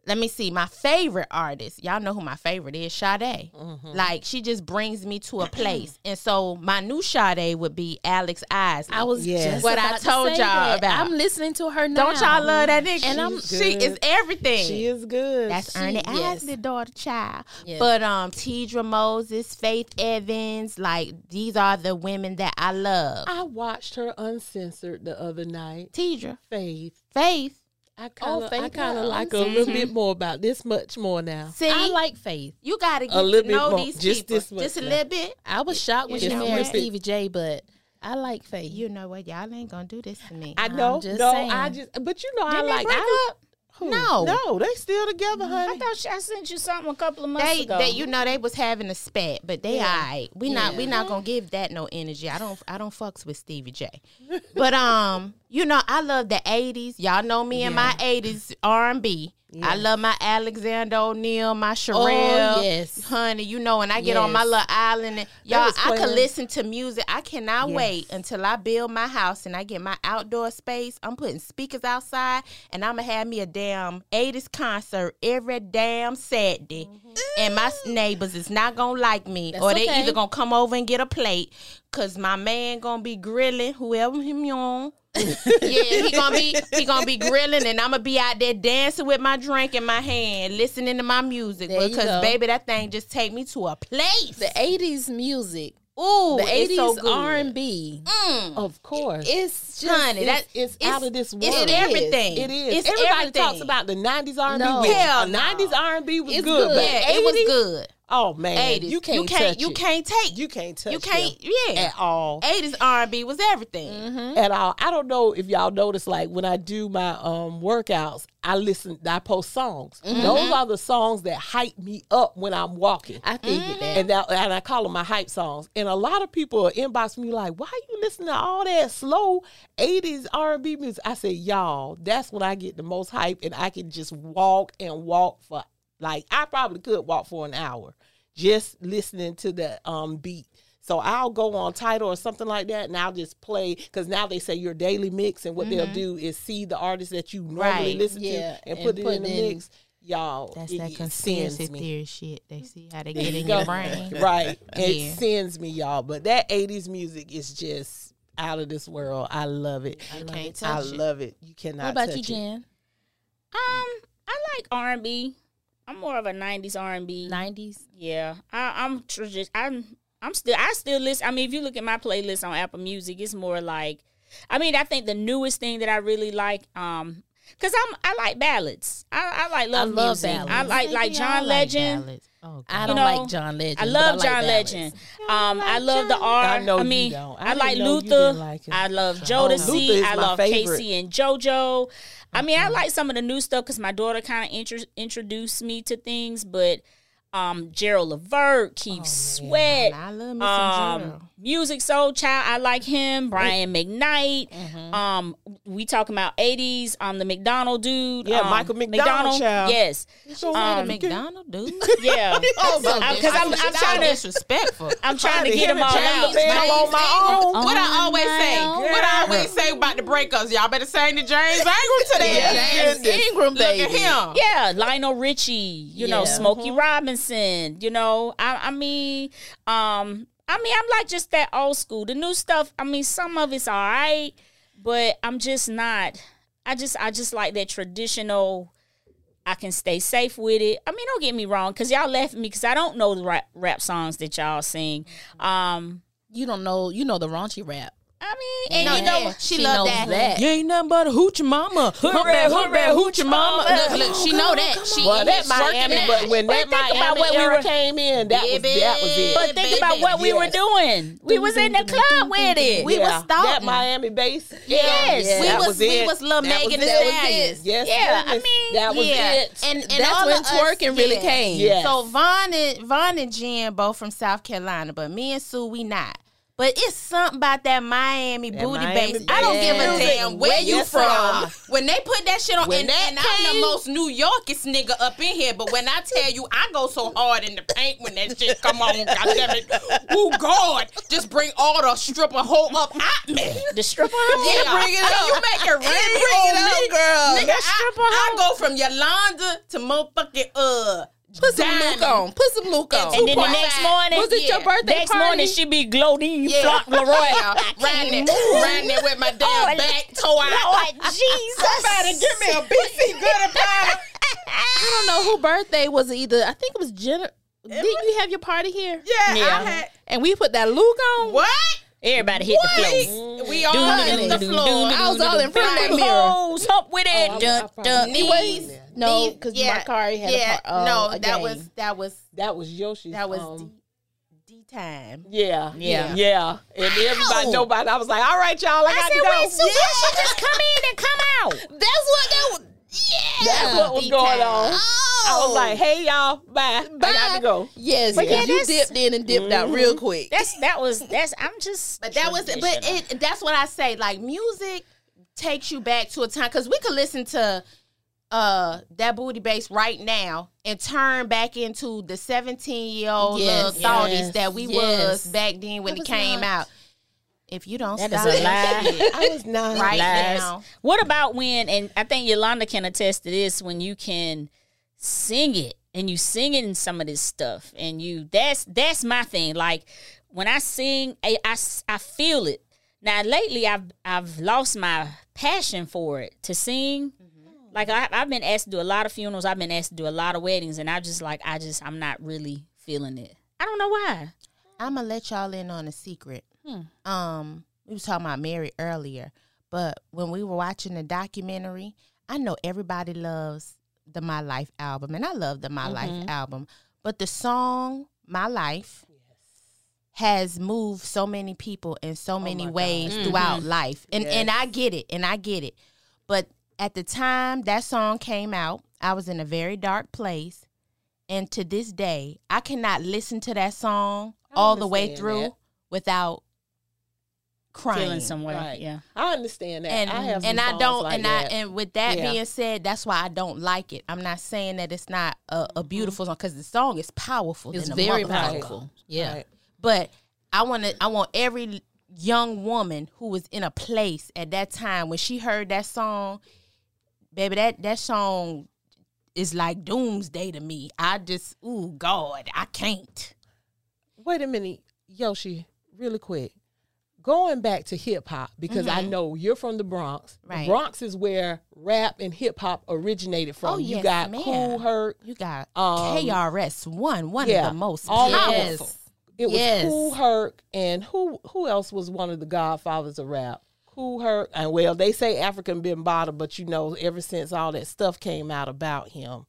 let me see, my favorite artist. Y'all know who my favorite is, Sade. Mm-hmm. Like she just brings me to a place. and so my new Sade would be Alex Eyes. I was Yes. just What about I to told say y'all that. about. I'm listening to her now. Don't y'all love that nigga? And I'm- she is everything. She is good. That's she- Ernie yes. Ashley, daughter child. Yeah. But um Tidra Moses, Faith Evans, like these are the women that I love. I watched her uncensored the other night. Tidra, Faith. Faith. I kind Oh, of Faith I kind got of like her a little bit more about this much more now. See, I like Faith. you gotta get little to bit know more, these just people. this much just a now. little bit. I was shocked when You she know married what? Stevie J, but I like Faith. You know what? Y'all ain't gonna do this to me. I know. just no, saying. I just but you know Didn't I they like break I, up? who? No. Mm-hmm. No, they still together, I honey. thought she- I sent you something a couple of months They, ago. they, you know, they was having a spat, but they alright. We not, we not gonna give that no energy. I don't, I don't fucks with Stevie J. but um, you know, I love the '80s. Y'all know me and my '80s R&B. I love my Alexander O'Neal, my Sherelle, yes. honey. You know, when I get on my Yes. little island, and, y'all, was I could playing- listen to music. I cannot wait until I build my house and I get my outdoor space. I'm putting speakers outside, and I'm gonna have me a damn '80s concert every damn Saturday. And my s- neighbors is not gonna like me, or they okay. either gonna come over and get a plate, cause my man gonna be grilling whoever him on. yeah, he gonna be he gonna be grilling, and I'm gonna be out there dancing with my drink in my hand, listening to my music There you because go. baby, that thing just take me to a place. the '80s music, Ooh, the it's '80s so good. R&B. Of course. It's just Honey, it's- that- it's out of this It's world. everything. It is. It's Everybody everything. talks about the nineties R and B. No. Hell no. nineties R and B was It's good. good. but yeah, it was 80s? good. Oh man, 80s. you can't, you can't, touch you it. can't take you can't touch you can't them yeah. at all. 80s R&B was everything. at all. I don't know if y'all notice, like when I do my um workouts, I listen, I post songs. Those are the songs that hype me up when I'm walking. I figured that. and that, and I call them my hype songs. And a lot of people inbox me like, "Why you listening to all that slow '80s R&B music?" I say, "Y'all, that's when I get the most hype, and I can just walk and walk for like I probably could walk for an hour just listening to the um beat." So I'll go on title or something like that, and I'll just play because now they say your daily mix, and what they'll do is see the artist that you normally Right. listen Mm-hmm. Yeah, to and, and put, put it in the it in. mix. Y'all, That's it, that it conspiracy sends me. theory shit. They see how they There get you in go. your brain. Right. Yeah. It sends me, y'all. But that 80s music is just out of this world. I love it. I love, Can't it. touch it. You cannot What about touch you, it. Jen? Um, I like R and B. I'm more of a '90s R and B. '90s. Yeah, I, I'm tr- just I'm I'm still I still listen. I mean, if you look at my playlist on Apple Music, it's more like, I mean, I think the newest thing that I really like, um, because I'm I like ballads. I, I like love, love music. I ballads. like like John Legend. Oh, I don't know, like John Legend. I but love like John ballads. Legend. Um, I love the R. I I know you mean, don't. I I, didn't like know you Luther. didn't like him. I love Luther Jodeci. is I my love favorite. Mm-hmm. Casey and JoJo. I mean, I like some of the new stuff because my daughter kind of intro introduced me to things, but um, Gerald Levert, Oh, Keith Sweat, I love me some Mm-hmm. um, Music Soul Child, I like him. Brian McKnight. Um, we talking about 80s, um, the McDonald dude. Yeah, um, Michael McDonald, child. Yes. Um, McDonald dude. yeah. Oh, Because I'm, I'm trying to disrespectful. I'm trying to get them all out. I'm on my own. What I always say, now. what I always say about the breakups, y'all better sing the James Ingram today. James Ingram, Look baby. at him. Yeah, Lionel Richie, you know, Smokey Mm-hmm. Robinson, you know. I, I mean, um, I mean, I'm like just that old school. The new stuff, I mean, some of it's all right, but I'm just not. I just, I just like that traditional. I can stay safe with it. I mean, don't get me wrong, because y'all laughing at me because I don't know the rap, rap songs that y'all sing. Um, You don't know. You know the raunchy rap. I mean, and No, you know, yeah, she she love knows that. that. You ain't nothing but a hoochie mama. Humpback, humpback, hoochie mama. Look, look, she know that. She Well, that she's Miami, working but that. when that But think about Miami what we era were- came in, that was that was it. but think about what we were doing. We was in the club with it. We was that stalking. Miami base. Yes. Yeah, We that was- was we it. was Lil That Megan was- Thee that was Stallion. it. Yes, Yeah, I goodness. mean, that was yeah. it. And, and That's all when of us- twerking really yeah. came. Yes. So So Vaughn and Vaughn and Jen both from South Carolina, but me and Sue we not. But it's something about that Miami booty Miami base. booty I don't give a base. damn where you Yes, from. ma'am. When they put that shit on, When and, that and I'm came- the most New Yorkest nigga up in here. But when I tell you, I go so hard in the paint when that shit come on. God damn it! Oh God, just bring all the stripper hole up at me. The stripper. Yeah, bring it up. You make it rain bring on it up, me. girl. Nigga, That I, I go from Yolanda to motherfucking uh. put some Diamond. Luke on. Put some Luke on. And then the next 2.5. morning, Oh, Was it your birthday Next party? morning, she be gloating, Yeah. flock Leroy. Yeah, riding it, riding it with my damn Oh, back toe out. Lord Jesus! Somebody give me a BC good powder. I I don't know who birthday was it either. I think it was Jenna. Didn't you have your party here? Yeah, Yeah. I had. And we put that Luke on. What? Everybody hit the floor. We all on the floor. I was all in front of that mirror. Oh, Hoes up with it. dun, dun. Knees. No, Knees. because Yeah. Makari had Yeah, a part. Uh, no, a that game. was that was That was Yoshi's. that was um, D, D time. yeah, Yeah. yeah. And everybody, nobody. I was like, all right, y'all, I, got to said, go. wait, Sue, why she just come in and come out? That's what that was. Yeah. That's what was going on. I Oh. was like, hey, y'all, bye. I Ah, got to go. yes, But yeah, because you that's- dipped in and dipped out real Mm-hmm. quick. That's that was that's. I'm just. But that was, but traditional. it. That's what I say. Like music takes you back to a time because we could listen to uh that booty bass right now and turn back into the 17 year old Yes. little thoughties Yes. that we Yes. was back then when it came out. If you don't That is stop a lie. shit I was not. right Lies. now, What about when? And I think Yolanda can attest to this. When you can sing it and you sing it in some of this stuff, and you that's that's my thing. Like when I sing, I, I s- I feel it. Now lately, I've I've lost my passion for it to sing. Mm-hmm. Like I, I've been asked to do a lot of funerals. I've been asked to do a lot of weddings, and I just like I just I'm not really feeling it. I don't know why. I'm gonna let y'all in on a secret. Um, we was talking about Mary earlier, but when we were watching the documentary, I know everybody loves the My Life album, and I love the My Mm-hmm. Life album, but the song My Life has moved so many people in Oh so many ways Mm-hmm. throughout life, and and I get it, and I get it, but at the time that song came out, I was in a very dark place. And to this day, I cannot listen to that song all the way understand through that. without crying. Feeling some way. Right. Yeah. I understand that. And I have some and I songs don't like and that. I and with that Yeah. being said, that's why I don't like it. I'm not saying that it's not a, a beautiful song because the song is powerful. It's than a very motherfucker. powerful. Yeah. Right. But I want to. I want every young woman who was in a place at that time when she heard that song, baby, that that song is like doomsday to me. I just, ooh, God, I can't. wait a minute, Yoshi, really quick. Going back to hip hop, because I know you're from the Bronx. The Mm-hmm. Right. Bronx is where rap and hip hop originated from. Oh, you yes, got ma'am. Cool Hurt. You got Um, KRS One, one yeah. of the most All of powerful. them. It was Yes. Cool Herc and who who else was one of the godfathers of rap? Cool Herc and well, they say African Bin Bada, but you know, ever since all that stuff came out about him,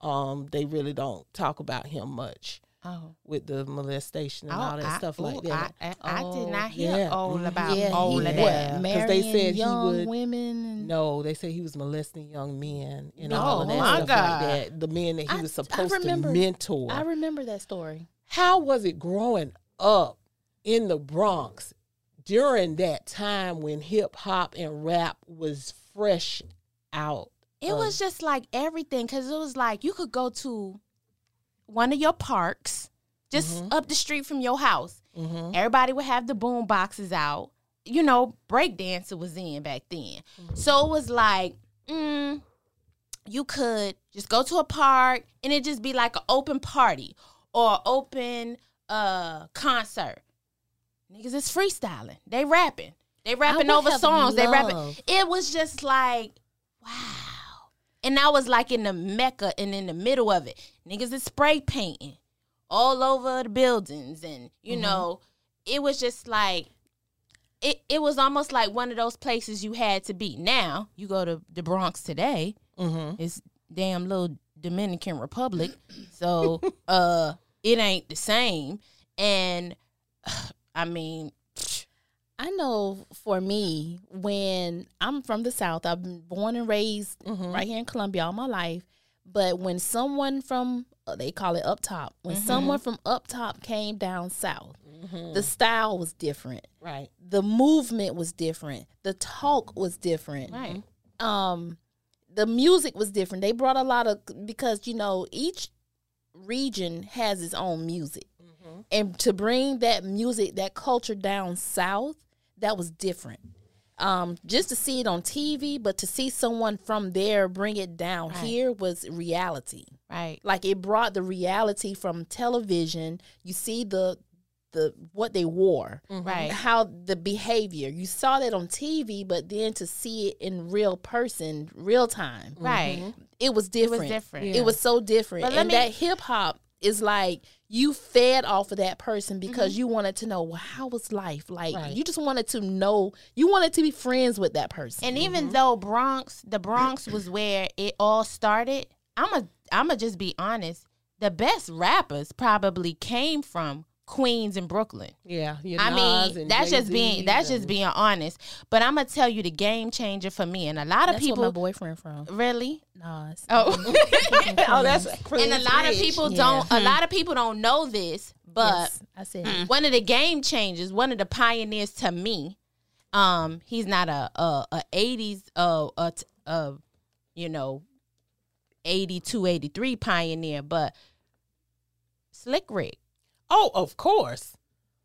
um, they really don't talk about him much Oh, with the molestation and oh, all that I- stuff ooh, like that. I, I, I did not hear yeah. all about Yeah, all he was. of that. because they said he young would. women. And No, they say he was molesting young men and No, oh all of that my stuff God. like that. The men that he I- was I supposed remember- to mentor. I remember that story. How was it growing up in the Bronx during that time when hip hop and rap was fresh out. It was just like everything because it was like you could go to one of your parks just Mm-hmm. up the street from your house. Everybody would have the boom boxes out. You know, breakdancer was in back then. Mm-hmm. So it was like, mm, you could just go to a park and it just be like an open party or a open uh concert. Niggas is freestyling. They rapping. They rapping would over have songs. They rapping. loved- It was just like, wow. And I was like in the mecca and in the middle of it. Niggas is spray painting all over the buildings and you Mm-hmm. know, it was just like it, it was almost like one of those places you had to be. Now you go to the Bronx today, Mm-hmm. it's damn little Dominican Republic. So uh it ain't the same. And I mean I know for me, when I'm from the South, I've been born and raised right here in Columbia all my life. But when someone from, uh, they call it up top, when someone from up top came down south, the style was different. Right. The movement was different. The talk was different. Mm-hmm. Right. Um, the music was different. They brought a lot of, because, you know, each region has its own music and to bring that music that culture down south that was different um, just to see it on tv but to see someone from there bring it down here was reality Right. like it brought the reality from television you see the the what they wore Right. how the behavior you saw that on tv but then to see it in real person real time Right. Mm-hmm. it was different. It was different. so different. But let and me- that hip hop is like you fed off of that person because you wanted to know well, how was life like. You just wanted to know. You wanted to be friends with that person. And even though Bronx, the Bronx was where it all started, I'm a I'm gonna just be honest, the best rappers probably came from Queens and Brooklyn. Yeah. your I Nas mean, and that's just being Jay-Z's that's and- just being honest. But I'm gonna tell you the game changer for me and a lot of That's people where my boyfriend from really Nas. Oh, oh, that's and a lot of people don't. A lot of people don't know this, but Yes, I said Mm. one of the game changers, one of the pioneers to me. Um, he's not a a, a '80s uh a, t- a, you know, 82, 83 pioneer, but Slick Rick Oh, of course.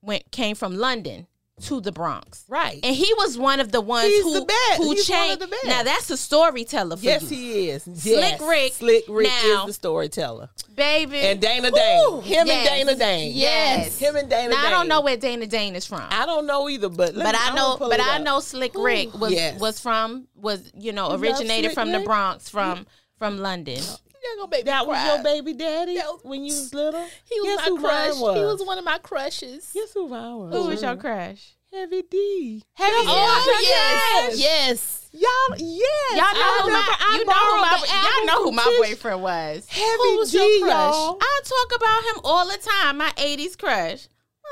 went came from London to the Bronx. Right. And he was one of the ones He's who the best. who He's one of changed. the best. Now that's a storyteller for yes, you, he is. Slick Rick Slick Rick now- is the storyteller. baby. And Dana Dane. Him yes. and Dana Dane. Yes. Him and Dana now Dane. I don't know where Dana Dane is from. I don't know either, but let but me- I I'm know, gonna pull but it I up. know Slick Rick was Yes. was from was you know love originated Slick from the Rick? Bronx from from London. You're not gonna make that was your baby daddy when you was little. he was Guess my who mine crush. He was one of my crushes. Guess who mine was? Mm-hmm. Who was your crush? Heavy D. Heavy Oh D. yes, yes. Y'all, yes. Y'all know who my I you know who borrowed my the y'all know who album, my Tish. boyfriend was. Heavy was D, your crush? y'all. I talk about him all the time. My '80s crush,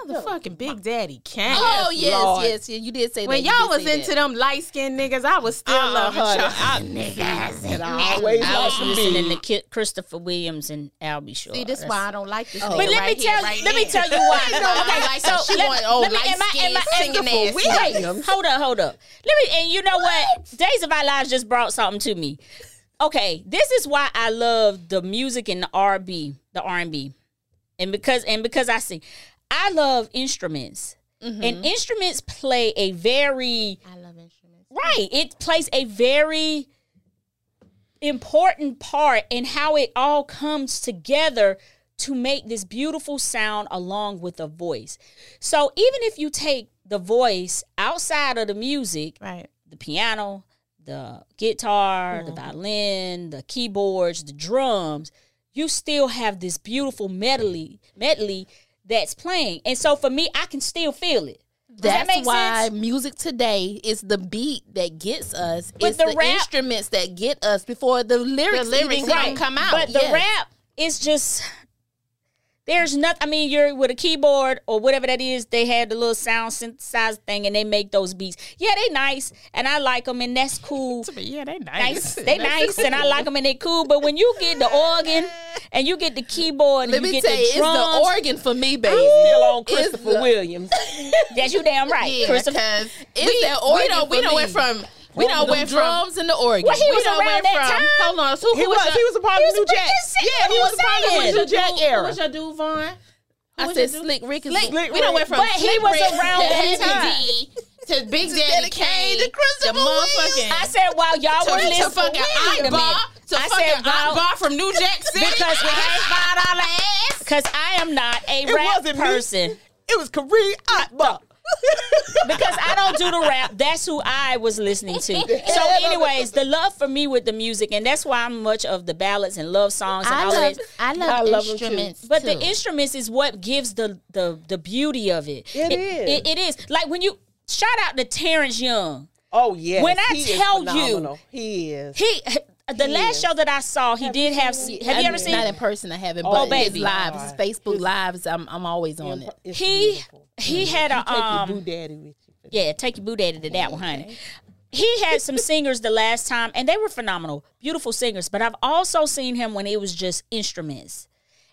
motherfucking Big Daddy Kane. Oh yes, Lord. yes, yeah. You did say that. when You y'all did was say into that. them light skinned niggas, I was still Uh, loving honey, y'all. I, and I always I was loved listening to me. Ki- Christopher Williams and Albie Shore. See, this is That's- why I don't like this. nigga But Oh, right here, right now. you why. Okay, so let- oh, let me- am I- am I asking for Williams? Hold up, hold up. Let me, and you know what? Days of Our Lives just brought something to me. Okay, this is why I love the music and the R&B, the R&B, and because and because I see, I love instruments, and instruments play a very Mm-hmm. I love instruments. Right. It plays a very important part in how it all comes together to make this beautiful sound along with a voice. So even if you take the voice outside of the music, Right. the piano, the guitar, Mm-hmm. the violin, the keyboards, the drums, you still have this beautiful medley medley that's playing. And so for me, I can still feel it. Does that That's make why sense? music today is the beat that gets us. But it's the the, rap- instruments that get us before the lyrics, lyrics even don't come out. But the Yes. rap is just There's nothing. I mean, you're with a keyboard or whatever that is. They had the little sound synthesizer thing, and they make those beats. Yeah, they nice, and I like them, and that's cool. yeah, they nice. They nice, and I like them, and they cool. But when you get the organ and you get the keyboard, Let and you me get tell you, the drums, it's the organ for me, baby. Still on It's Christopher the- Williams. that's you damn right, Yeah, Christopher. because It's that organ we don't, for we don't me. went from we Them don't went from drums and the organ. Well, he we was done around went that from, time. Hold on, so who He was, was. your- He was a part of the New But Jack. just say Yeah, what he you was a part of saying. the New Jack Who era. was your dude, Vaughn? I said Slick Rick is Slick, Rick we don't went from But he Slick was Rick around to that Heavy D to Big Daddy Kane to the motherfucking I said while y'all were to, to listening, fucking wait a Bar minute. to I fucking said while- Bar from New Jack City Because with his five dollar ass. because I am not a It rap wasn't me. person. It was Kareem Akbar. because I don't do the rap. That's who I was listening to. So, anyways, the love for me with the music, and that's why I'm much of the ballads and love songs and I all love- of that. I love instruments. But the instruments is what gives the the the beauty of it. It is. It, it is like when you shout out to Terrence Young. Oh yeah. When I tell you- he is. He the last show that I saw, he did have. Have you I'm ever seen? Not in person, I haven't. Oh, But his baby. lives, his Facebook lives, I'm I'm always on it. It's He beautiful. he had a Take um. your boo daddy with you. Yeah, take your boo daddy to that one, honey. He had some singers the last time, and they were phenomenal, beautiful singers. But I've also seen him when it was just instruments.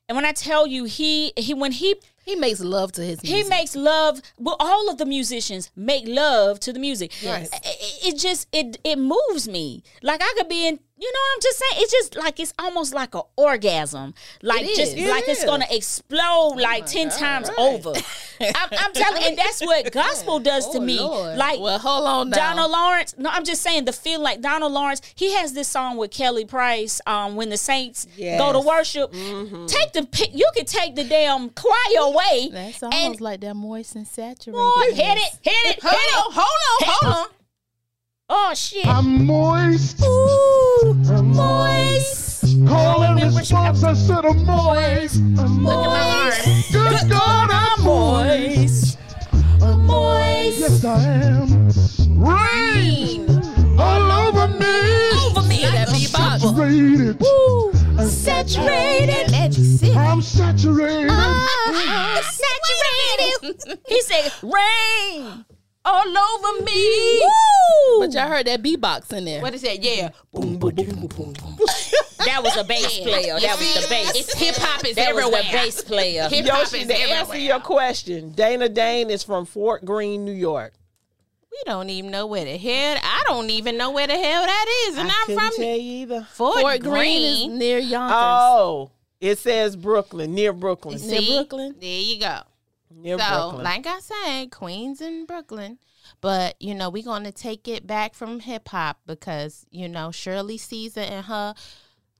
And when I tell you, he he when he He makes love to his he music. makes love. Well, all of the musicians make love to the music. I- I- It, just it it moves me. Like I could be in. You know what I'm just saying? It's just like it's almost like an orgasm. Like It just is. like it's gonna explode like ten times over. I'm, I'm telling, and that's what gospel does to me. Lord. Like well, hold on now. Donald Lawrence. No, I'm just saying the feel like Donald Lawrence. He has this song with Kelly Price. Um, when the saints go to Yes. worship, take the pi- you can take the damn choir away. That's almost and like that moist and saturated. Boy, hit it, hit it, hit it. Hold on, hold on, hold on. Oh shit! I'm moist. I'm moist. Calling response, I said I'm moist. I'm moist. Good God, I'm moist. I'm moist. Yes, I am. Rain all over me. Over me, that bebop. Saturated. I'm saturated. I'm saturated. Ah. Saturated. he said, "Rain all over me." But y'all heard that bebox in there. What is that? Yeah. That was a bass player. That was the bass. It's hip hop is that was everywhere. the bass player. Hip hop Yoshi, is to answer everywhere. your question, Dana Dane is from Fort Greene, New York. We don't even know where the hell. I don't even know where the hell that is, and I am Couldn't from tell you either. Fort, Fort Greene. Green is near Yonkers. Oh, it says Brooklyn, near Brooklyn, near See? Brooklyn. There you go. near so, Brooklyn. like I said, Queens and Brooklyn. But you know, we're gonna take it back from hip hop because you know Shirley Caesar and her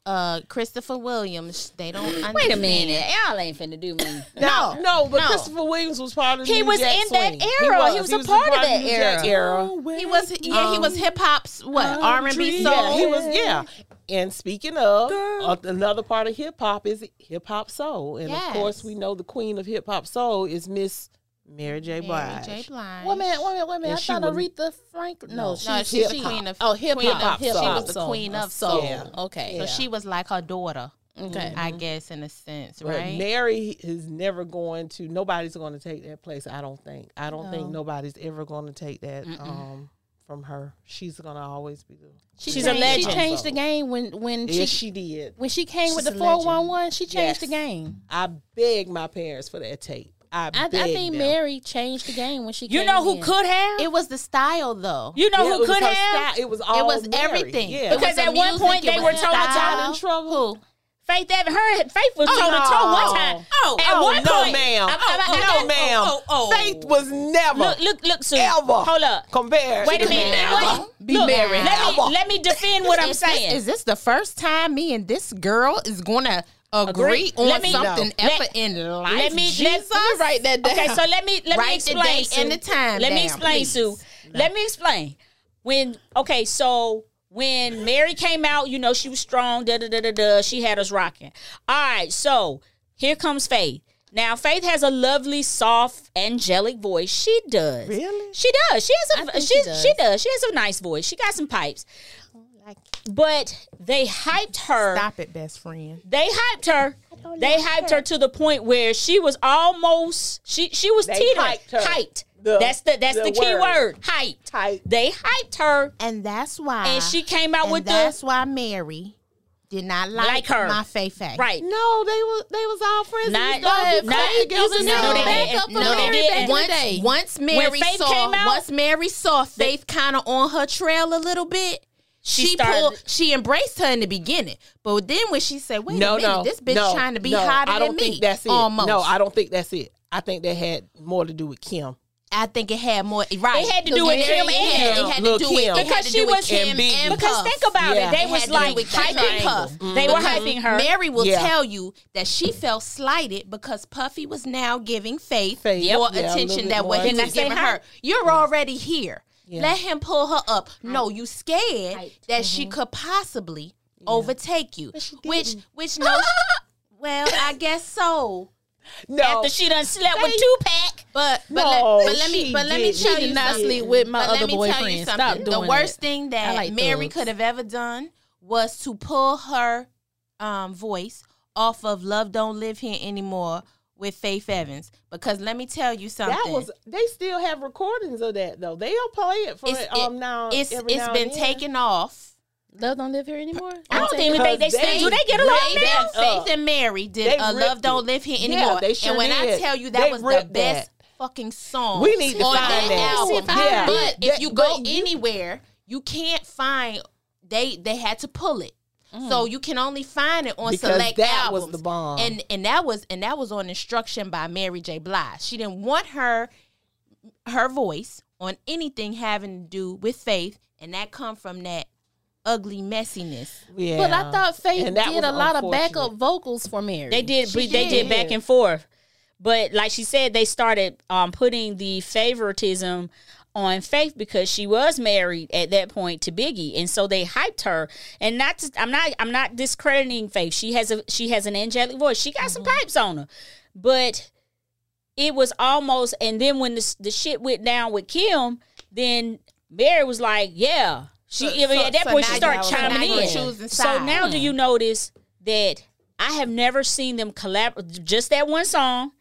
uh Christopher Williams. They don't. Understand. Wait a minute, y'all ain't finna do me. Now, no, but no. Christopher Williams was part of the He New was Jack in that Swing. era. He was a part of that New Jack era. He was yeah. he was hip hop's what R and B soul. um, Yeah, he was yeah. And speaking of, uh, another part of hip hop is hip hop soul, and of course Yes. we know the queen of hip hop soul is Miss Mary J. Mary Blige. J. Blige. Woman, woman, woman. And I she thought would- Aretha Franklin. No, she, No, she, she's the queen of oh hip queen hop. of Hip soul. hop. She was the soul. queen of soul. Okay. So she was like her daughter, Okay. I guess, in a sense, But right? Mary is never going to. Nobody's going to take that place. I don't think. I don't think nobody's ever going to take that um, from her. She's going to always be the. She She's a changed, legend. She changed the game when when Yes, she she did. when she came She's with the a legend. four one one. She changed the Yes. game. I beg my parents for that tape. I, I, I beg think them. Mary changed the game when she. You came know who in. could have? It was the style, though. you know Yeah, it who was could her have? style. It was all. was Mary. everything. Yeah. It was- Because the at one music, point it they was were the toe to style. toe. in trouble. Who? Faith Evan, her Faith was toe to toe no. one time. Oh, at oh, one no, point, ma'am. I'm- I'm- I no, got- ma'am. oh, oh, oh. Faith was never Look, look, look, Sue. Ever. Hold up. compared. Wait a to minute. Mary. Wait. Look, Let me, Ever. let me defend what I'm saying. Is this the first time me and this girl is gonna agree, Agree? on Let me- something No. ever Let- in life? let me- let- Jesus, let me write that Okay, so let me let me Write the explain date Sue. and the time Let me down, explain, please. Sue. Let me explain. When okay, so when Mary came out, you know she was strong. Da da da da da. She had us rocking. All right, so here comes Faith. Now Faith has a lovely, soft, angelic voice. She does. Really? She does. She has a she, she does. She has a nice voice. She got some pipes. Like, But they hyped her. stop it, best friend. They hyped her. They hyped her to the point where she was almost she she was They teetering. hyped her. Hyped. The- that's the that's the, the key word. word. Hyped. Hyped. They hyped her, And that's why. Ah. and she came out and with that's the why Mary did not like, Like her. my Fei Fei. right. No, they was they was all friends. Not, and not, stuff. no, together no, now. they Back didn't. up no, on they Mary didn't. back Once, day. once Mary Faith saw, came out- once Mary saw Faith kind of on her trail a little bit, she, started- pulled, she embraced her in the beginning. But then when she said, "Wait no, a minute, no, this bitch no, trying to be no, hotter I don't than think me," that's it. almost. No, I don't think that's it. I think that had more to do with Kim. I think it had more. Right, It had to do with It- Kim It and- had, it had Lil to do with Kim. it had Because to she do with was- Kim and Biggie. and Because Puff. think about Yeah. it, they It had was to do like with Kim hyping and Puff. Puff. They were Because hyping her. Mary will Yeah. tell you that she felt slighted because Puffy was now giving Faith, Faith, more yeah, a little attention bit than what more. he Didn't was I say giving hi? her. You're already here. Let him pull her up. No, you scared that Mm-hmm. she could possibly overtake you. Which, which no, well, I guess so. No, After she done slept with Tupac. But but, No, let, but let me she but let me didn't. tell She you did not something. sleep with my But other let me tell you boyfriend. Stop something. The doing worst that. thing I that like Mary thugs. could have ever done was to pull her um, voice off of "Love Don't Live Here Anymore" with Faith Evans. Because let me tell you something. that was. They still have recordings of that though. They don't play it for it, um now. it's every it's now been and then. taken off. Love don't live here anymore. I don't even think they Because still they- do. They get along Faith, now. Faith and Mary did They a "Love ripped Don't it. Live Here Yeah, Anymore," they sure and when I did. tell you that They was the ripped best that. fucking song We need to on find that that. album. Yeah. But if That- you go but you- anywhere, you can't find. They they had to pull it, so you can only find it on Mm. Because select that albums. was the bomb. and and that was and that was on instruction by Mary J. Blige. She didn't want her her voice on anything having to do with faith, and that come from that ugly messiness. Yeah. But I thought Faith And that did was a lot of unfortunate. backup vocals for Mary. They did. She they did did. back and forth. But like she said, they started um, putting the favoritism on Faith because she was married at that point to Biggie, and so they hyped her. And not, to, I'm not, I'm not discrediting Faith. She has a, she has an angelic voice. She got some pipes on her, but it was almost. And then when the the shit went down with Kim, then Mary was like, "Yeah." She I mean, so- at that so point now she you- started so now chiming you're in. choosing So sides. now do you notice that I have never seen them collaborate just that one song.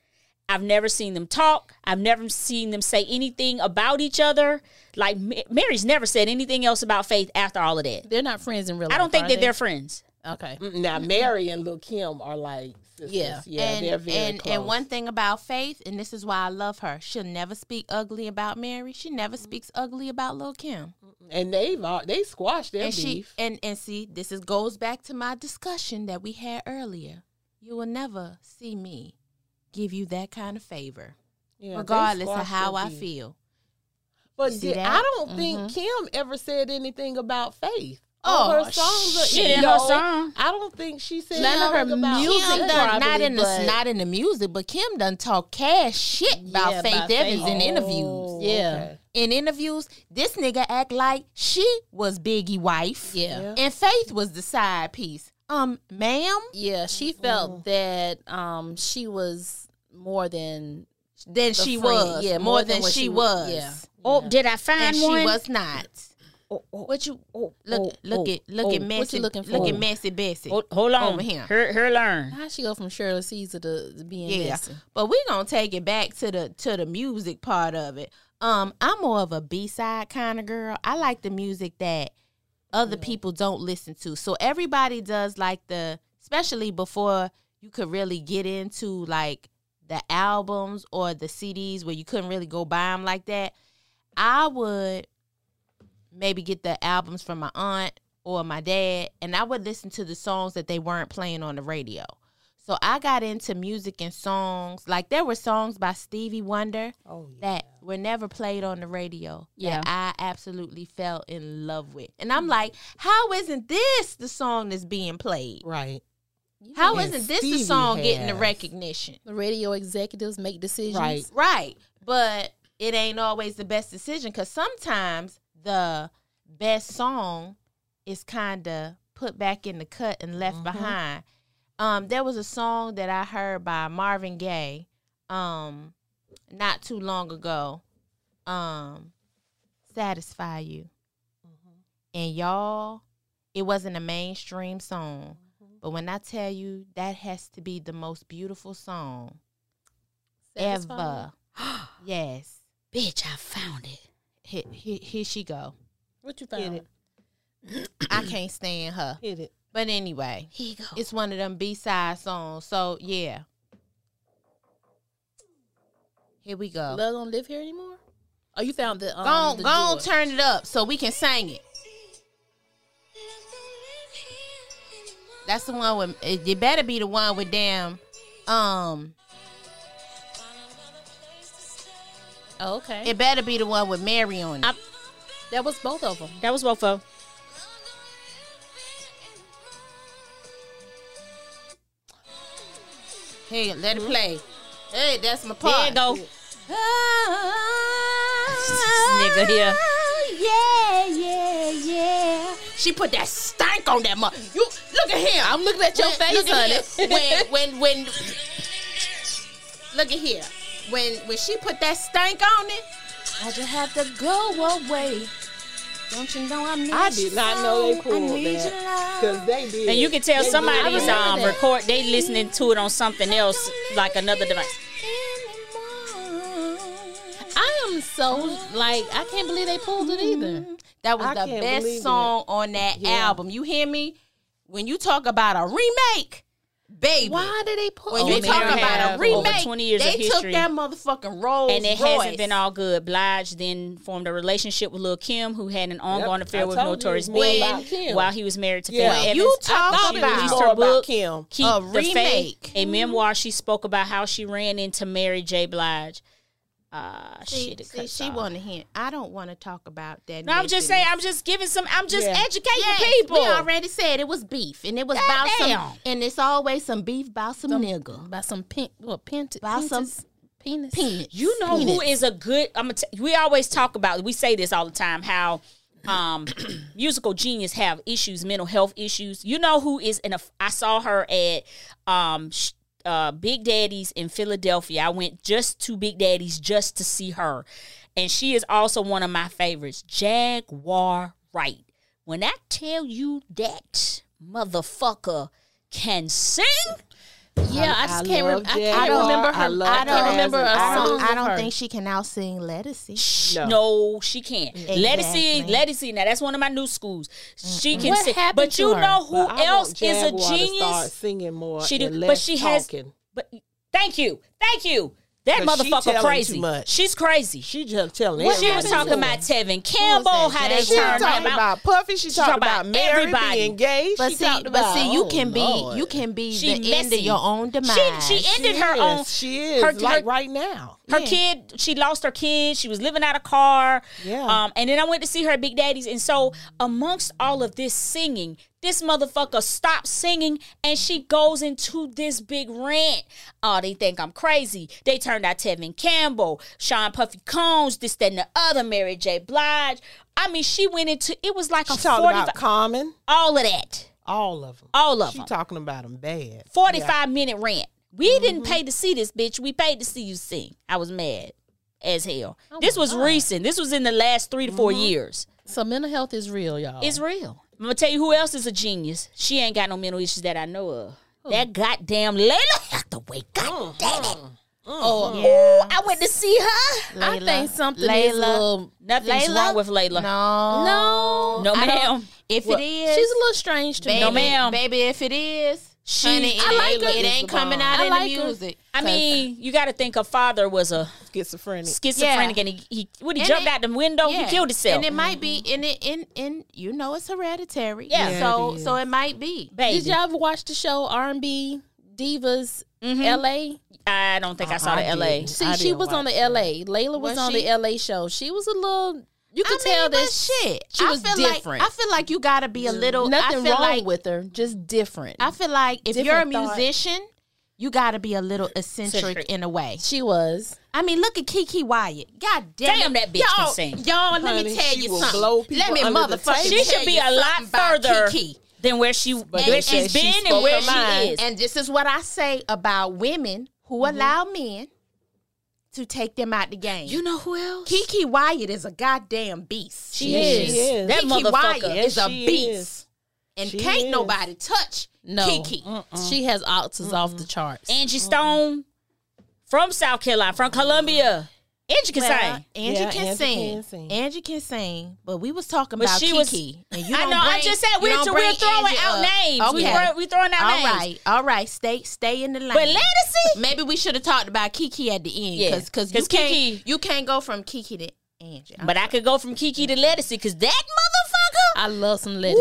I've never seen them talk. I've never seen them say anything about each other. Like Ma- Mary's never said anything else about Faith after all of that. They're not friends in real life. I don't think are that they? they're friends. okay. now Mary and Lil Kim are like sisters. Yeah. Yeah, and, they're very and, close. and one thing about Faith, and this is why I love her, she'll never speak ugly about Mary. She Mm-hmm. never speaks ugly about Lil Kim. and they've all, they squashed their and she beef. and, and see, this is goes back to my discussion that we had earlier. You will never see me give you that kind of favor. Yeah, they regardless of squashed how their I beef. feel. But You see did- I that? don't think Kim ever said anything about faith. Oh, On her songs, are- shit, in her no, song. I don't think she said None of her nothing about music Kim Music, done probably, not in the but- not in the music, but Kim done talk cash shit about Yeah, Faith Oh, about Evans Faith. in interviews. Yeah. In interviews, this nigga act like she was Biggie wife. Yeah. Yeah. yeah. And Faith was the side piece. Um, ma'am, she felt that um she was more than than the she friend. was. Yeah, more than, she, was. Yeah. Oh, did I find And she one? was not. What you Look, look at look at What messy. you looking Look at for? messy Bessie. hold, hold on. Over here. Her, her learn. how she go from Shirley Caesar to, to being Yeah, messy? but we gonna take it back to the to the music part of it. Um, I'm more of a B side kind of girl. I like the music that other people don't listen to. So everybody does like the, especially before you could really get into like the albums or the CDs where you couldn't really go buy them like that. I would maybe get the albums from my aunt or my dad, and I would listen to the songs that they weren't playing on the radio. So I got into music and songs. Like there were songs by Stevie Wonder Oh, that were never played on the radio Yeah. that I absolutely fell in love with. And I'm like, how isn't this the song that's being played? right. How not And this the Stevie song getting the has- recognition? The radio executives make decisions. Right. Right. But it ain't always the best decision because sometimes the best song is kind of put back in the cut and left behind. Um, there was a song that I heard by Marvin Gaye um, not too long ago, um, Satisfy You. And y'all, It wasn't a mainstream song. But when I tell you that has to be the most beautiful song ever. yes. Bitch, I found it. Here, here, here she go. What you found? I can't stand her. Hit it. But anyway, Here you go. it's one of them B-side songs. So, yeah. Here we go. Love don't live here anymore. Oh, you found the um, go on, the go on, George. turn it up so we can sing it. That's the one with it it better be the one with damn um Oh, okay. it better be the one with Mary on it. I- that was both of them. That was Wofo. Hey, let it play. Hey, that's my part. There you go. Nigga here. Yeah, yeah, yeah. She put that stank on that mother. You look at him. I'm looking at your face, honey. When when when look at here. When when she put that stank on it, I just have to go away. Don't you know I'm I did not know they pulled that because they did. And you can tell They did. somebody's remember um that. record. They listening to it on something else, like another device. I am so like I can't believe they pulled it either. That was I the can't best believe song on that album. You hear me? When you talk about a remake, baby. Why did they pull? When Oh, you they talk have about a over remake, 20 years of they took history. that motherfucking Oh, Rolls and it Royce. hasn't been all good. Blige then formed a relationship with Lil Kim, who had an ongoing Yep, affair I with told you Notorious it's more about B. Kim. While he was married to Yeah. Faye Evans, You talk I thought she about- released More her about book, Kim. Keep A the Faith, remake. a memoir. She spoke about how she ran into Mary J. Blige. Ah, See, shit. It see, cuts she off. want to hint. I don't want to talk about that. No, I'm just saying. nakedness. I'm just giving some. I'm just Yeah. educating Yes, people. We already said it was beef, and it was about Goddamn. some, and it's always some beef about some, nigga, by some pin, well, pin, about some penis. penis. You know who is a good? I'm. Gonna t- we always talk about. We say this all the time. How um, musical genius have issues, mental health issues. You know who is in a? I saw her at um, sh- uh, Big Daddy's in Philadelphia. I went just to Big Daddy's just to see her, and she is also one of my favorites, Jaguar Wright. When I tell you that motherfucker can sing, Yeah, I, I just can't. love Rem- I can't Jaguar. remember her. I I, love don't her remember a as an I song. don't, I with don't her. think she can out sing Lettuce. Shh, No. no. she can't. Let it see, Exactly. let it see. Now that's one of my new schools. She can What sing, happened but to you her? know who But I want else is a Jaguar to Start genius? singing more. She do, and but less she has. talking. But thank you, thank you. That 'Cause she telling motherfucker too crazy. much. She's crazy. She, She just telling. was everybody. talking about Tevin Campbell, how they She turned talked him out. about Puffy. She, talked talked about, about Mary everybody. being gay. But she see, talked but about, see, you oh, can be Lord. you can be She the end of messy. your own demise. She she ended She her is, own. She is her- like her- right now. Her kid, she lost her kid. She was living out of car. Yeah. Um, and then I went to see her at Big Daddy's. And so, amongst all of this singing, this motherfucker stops singing and she goes into this big rant. Oh, they think I'm crazy. They turned out Tevin Campbell, Sean Puffy Combs, this, that, and the other, Mary J. Blige. I mean, she went into it was like She a talked 45, about Common. all of that, All of them. all of She them. talking about them bad. 45 minute rant. We didn't Mm-hmm. pay to see this bitch. We paid to see you sing. I was mad as hell. Oh this was recent. This was in the last three to 4 Mm-hmm. years. So mental health is real, y'all. Oh. It's real. I'm gonna tell you who else is a genius. She ain't got no mental issues that I know of. That goddamn Layla Hathaway. God Mm-hmm. damn it. oh, Ooh, I went to see her. I think something Layla. is a little. Nothing's Layla? wrong with Layla. No, No, I don't- ma'am. If it is, She's a little strange to baby, No, me. ma'am. Baby, if it is, She, honey, it, I like ain't, her. it ain't coming out I in like the her. music. I mean, you got to think her father was a Schizophrenic. schizophrenic, and he, he what he And jumped it- out the window, he Yeah. Oh, killed himself. and it might be in it in in you know it's hereditary. Yeah. Yeah, so so it might be. Baby, Did y'all ever watch the show R and B Divas Mm-hmm. L.A.? I don't think I saw the L.A. See, she was on the L.A. Layla was, Was on she? the L.A. show. She was a little. You I could mean, tell but that shit. She was I feel different. Like, I feel like you gotta be a little. nothing I feel wrong like, with her, just different. I feel like if you're a Different thought. musician, you gotta be a little eccentric Eccentric. in a way. she was. I mean, look at Kiki Wyatt. God damn, Damn, it. that bitch y'all, can sing. Y'all, let Honey, me tell she you will something. blow let people me under the motherfucking. table. She tell should be you a lot something about further Kiki. than where she where they she's said been she and spoke where her mind. she is. And this is Mm-hmm. what I say about women who allow men to take them out the game. you know who else? Kiki Wyatt is a goddamn beast. she Yes, is. she is. That Kiki motherfucker. Wyatt Yes, is a she beast. is. and She can't is. nobody touch No. Kiki. She has octaves off the charts. Angie Stone from South Carolina, from Columbia. Angie can Well, sing. Angie Yeah, can Angie sing. can sing. Angie can sing, but we was talking But about she was- Kiki. and you I don't know. I bring- just said you we're, don't to, bring we're throwing Angie out up. names. We Okay. were, we throwing out All names. right, all right. Stay, stay in the lane. But Lattice, Maybe we should have talked about Kiki at the end, Yeah. because because 'Cause you can't Kiki- you can't go from Kiki to Angie. but I could go from Kiki to Lettucey because that motherfucker. I love some lettuce.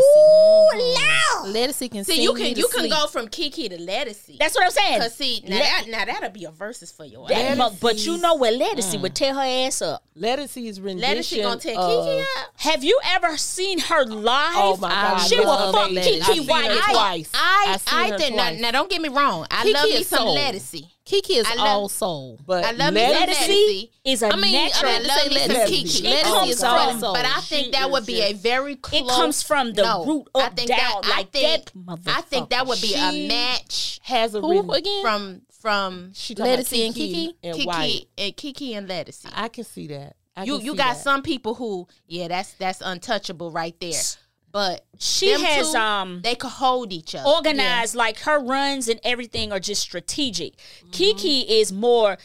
Lettuce can Mm-hmm. see, sing you me can to you can sleep. go from Kiki to Lettucey. That's what I'm saying. Cause see, now, that, now that'll be a versus for you. That mo- but you know what? Lettucey would tear her ass up. Lettucey's rendition. Lettucey gonna take of- Kiki up. Have you ever seen her live? Oh my God, She yes, will fuck amazing. I've Kiki seen White her twice. I I've seen I, her did not. twice. Now don't get me wrong. I Kiki love me is some soul. Lettucey. Kiki is I love- all soul. But I love me Lettucey- some Lettucey. Lettucey is a I mean, natural. I mean, love me some Lettucey. Kiki. It Lettucey comes is from- soul, but I think that would be a very close. it comes from the No, root I up think down that- I like think- that. I think that would be She- a match has a Who rhythm. again? from from She talking about Lettucey and Kiki? and Kiki White. and Kiki and Lettucey. I can see that. I You can you see got that. some people who yeah that's that's untouchable right there. But She them has two, um they could hold each other. organized. Like her runs and everything are just strategic. Mm-hmm. Kiki is more.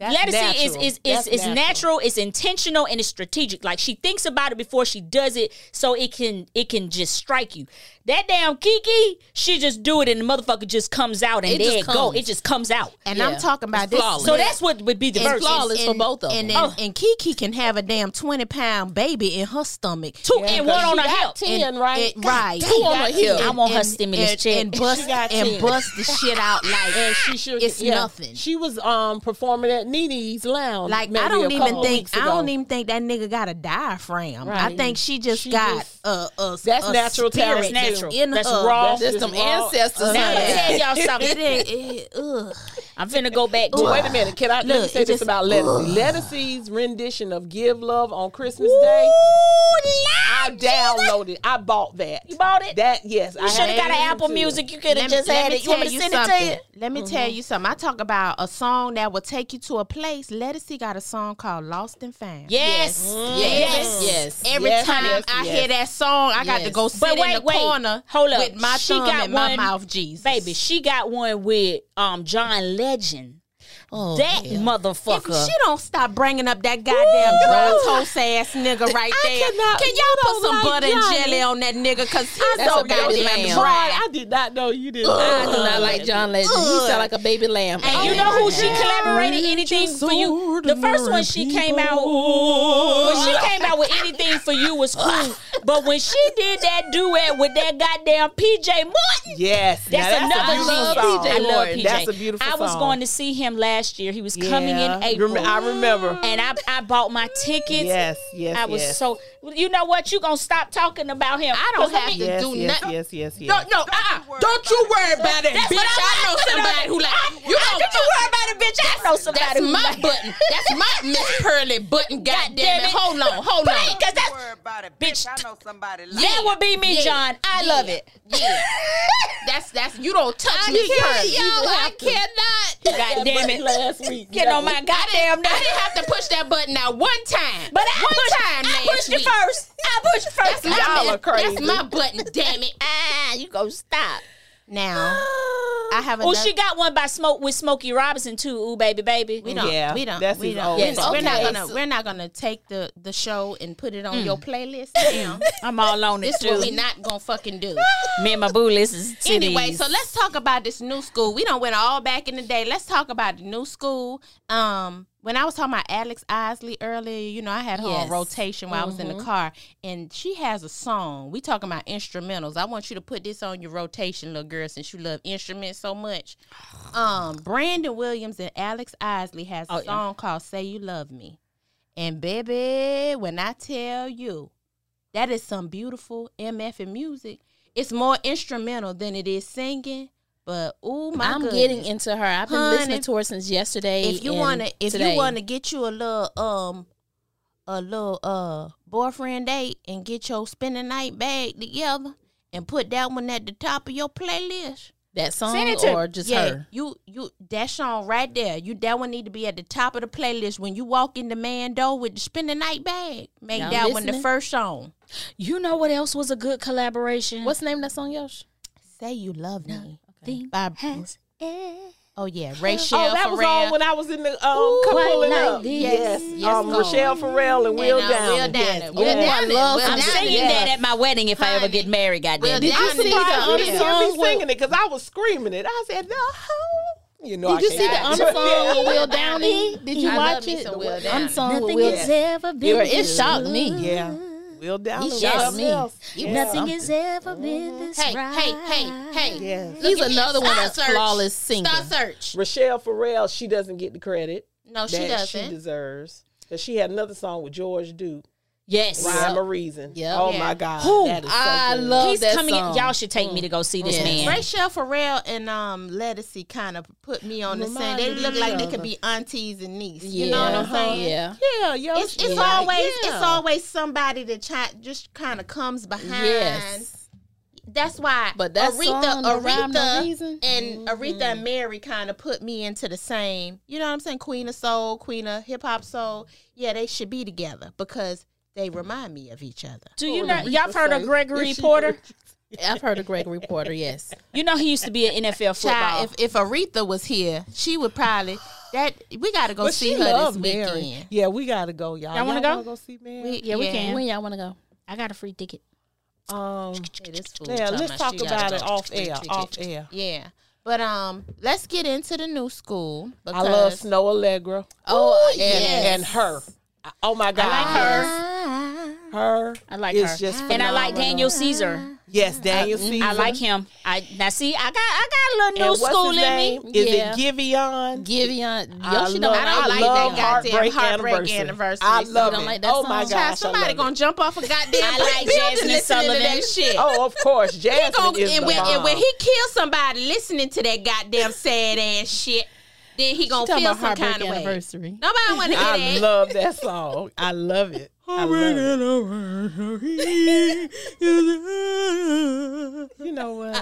Lettucey is natural. is is, That's is natural. natural. It's intentional and it's strategic. Like she thinks about it before she does it, so it can it can just strike you. That damn Kiki, she just do it and the motherfucker just comes out and It there just it go. comes. It just comes out. and Yeah. I'm talking about It's this. flawless. So that's what would be the And- verse. flawless. for and- both of and them. then- and Kiki can have a damn twenty pound baby in her stomach. Two and one on her hip. ten, and- right? and- right. Two on her And- hip. and- I want her and- stimulus and, check. And bust, She got and ten. bust the shit out like And she sure it's yeah. nothing. She was um performing at Nene's Lounge. Like maybe I a don't even couple think weeks I ago. don't even think that nigga got a diaphragm. I Right. think she just She got just- a, a That's a natural spirit talent. That's natural. in That's her. raw. That's That's just some raw. ancestors. Now I'm honey. gonna tell y'all It something. ain't. It, ugh. I'm finna go back to But it. wait a minute. Can I let me Look, say it this just- about Lettucey? Lettucey's rendition of "Give Love" on Christmas Day. I downloaded. I bought that. You bought it? That yes. I You should have got an listened Apple to it. Music. You could have me- just had me it. You want me to tell send it something. to you? Mm-hmm. Let me tell you something. I talk about a song that will take you to a place. Lettucey got a song called Lost and Found. Yes. Yes. Yes. Every Yes, time yes, I yes. hear that song, I got to Yes. go But sit in wait, the wait. corner Hold up. with my She thumb got in my one- mouth, Jesus. Baby, she got one with um John Legend. Oh, that yeah. If motherfucker. she don't stop bringing up that goddamn dry toast ass nigga right I there, cannot- can you y'all put don't some like butter and Johnny. jelly on that nigga? Cause he's That's so a baby goddamn lamb. dry. Right. I did not know you did. I do not like John Legend. He sound like a baby lamb. And you know who she collaborated anything for you? The first one she came out when she came out with anything for you was cool. But when she did that duet with that goddamn PJ Morton, Yes. now That's another a beautiful genius. song. I love PJ. That's a beautiful I was song. going to see him last year. He was coming in Yeah. April. Rem- I remember. and I, I bought my tickets. Yes, yes, I was yes. so. You know what? You gonna stop talking about him? I don't have to Yes, do yes, nothing. yes, yes, yes. No, uh-uh. don't you worry about it, That's bitch. what I, know somebody who like you. I, Know, don't you worry about it, bitch. I know somebody. that's who my like- button. That's my Miss Pearly button. Goddamn damn it. it. Hold on, hold But on. ain't- 'cause that's Worry about it, Bitch. bitch. I know somebody like that would be me, Yeah. John. I Yeah. love it. Yeah, that's that's you don't touch I Miss can't, Pearly. y'all. I God cannot. damn it. Last week. Get on my goddamn I didn't nerves. have to push that button out one time. But I one pushed, time I last pushed it week. first. I pushed it first. That's my, Y'all are crazy. That's my button. Damn it. ah, you gonna stop? Now I have Oh, another. she got one by Smoke with Smokey Robinson too. Ooh, baby, baby. we don't. Yeah, we don't. that's we his don't. old We're, song. we're not Okay, gonna. we're not gonna take the the show and put it on your Mm. playlist. Now I'm all on it this what we too. not gonna fucking do. Me and my boo listens to anyway, these. so let's talk about this new school. We don't went all back in the day. Let's talk about the new school. Um, when I was talking about Alex Isley earlier, you know, I had her on Yes. rotation while I was in Mm-hmm. the car, and she has a song. We talking about instrumentals. I want you to put this on your rotation, little girl, since you love instruments so much. Um, Brandon Williams and Alex Isley has a Oh, yeah. song called "Say You Love Me," and baby, when I tell you, that is some beautiful MF and music. It's more instrumental than it is singing, but oh my I'm goodness. getting into her. I've been Honey, listening to her since yesterday. if you and wanna if today. you wanna get you a little um a little uh boyfriend date and get your spending night bag together and put that one at the top of your playlist. That song Send it to- Um, or just yeah, her? you you that song right there. You that one need to be at the top of the playlist when you walk in the man door with the spend the night bag. Make Y'all that one the listening? first song. You know what else was a good collaboration? What's the name of that song, Yosh? Say you love me. Thing By, has air. oh yeah, Rachel Oh, that was all Pharrell. when I was in the um, couple White and Knight up. did. Yes, Yes, um, Lord. Michelle Pharrell and Will And, uh, Down. Will Down. Yes. Will Oh, I Down. love Will I'm Down. singing Yes. that at my wedding if I ever Honey. get married. Will Goddamn. Down it. is the You only didn't song- hear me singing it because I was screaming it. I said, no. You know, I Did you can't see the act. under song with Will Downey? Did you I love watch me it? some The Will Mm-hmm. Will- Downey. under song with Nothing Will. has Downey. ever been. It it good. shocked me. Yeah. Will Down. It and shocked Will me. Else. It was Nothing something. has ever been this Hey, right. hey, hey, hey. Yes. He's Look at another that. one Star that's search. flawless singer. Star search. Rochelle Pharrell, she doesn't get the credit No, she that doesn't. she deserves. Because she had another song with George Duke, Yes. Rhyme or Reason. Yep. Oh, Yeah. my God. Who? That is so I good. love He's that coming. in- song. Y'all should take me to go see this Yes. man. Rachel Pharrell and um Lettucey kind of put me on the same. They look like they could be aunties and niece. You know what I'm Yeah. saying? Yeah. Yeah, yo. It's, it's yeah. always Yeah. it's always somebody that chi- just kind of comes behind. Yes. That's why. But that Aretha, song, The Rhyme, No Aretha Reason? and Aretha and Mary kind of put me into the same. You know what I'm saying? Queen of soul, queen of hip hop soul. Yeah, they should be together because they remind me of each other. Do you know? Y'all heard of Gregory Porter? I've heard of Gregory Porter, yes. You know he used to be an NFL football. Child, if if Aretha was here, she would probably that we got to go But see she her this loves weekend. Mary. Yeah, we got to go, y'all. Y'all wanna Y'all go? wanna go see Mary? yeah, we can. When y'all want to go? I got a free ticket. Um, Yeah, this fool yeah, talking let's talk she gotta about it go. off air. Off air. Yeah, but um, let's get into the new school. I love because- Snow Allegra. Oh and, yes. and her. I- Oh my God, her. Her. I like is her. just Mm-hmm. and I like phenomenal. Daniel Caesar. Mm-hmm. Yes, Daniel mm, Caesar. I like him. I now see. I got I got a And little new what's school his in me. name? Is Yeah. it Giveon? Giveon. I Yoshi love- don't, I don't I like that love goddamn Heartbreak heartbreak, Anniversary. anniversary. I So love don't it. like that oh song? my Child, gosh, I Child, somebody love gonna it. jump off a goddamn I like building Jasmine listening to Sullivan. that shit. Oh, of course, he Jasmine gonna, is and, the when, and bomb. when he kills somebody listening to that goddamn sad ass shit, then he gonna feel some kind of way. anniversary. Nobody want to hear I that. love that song. I love it. I love it. You know what?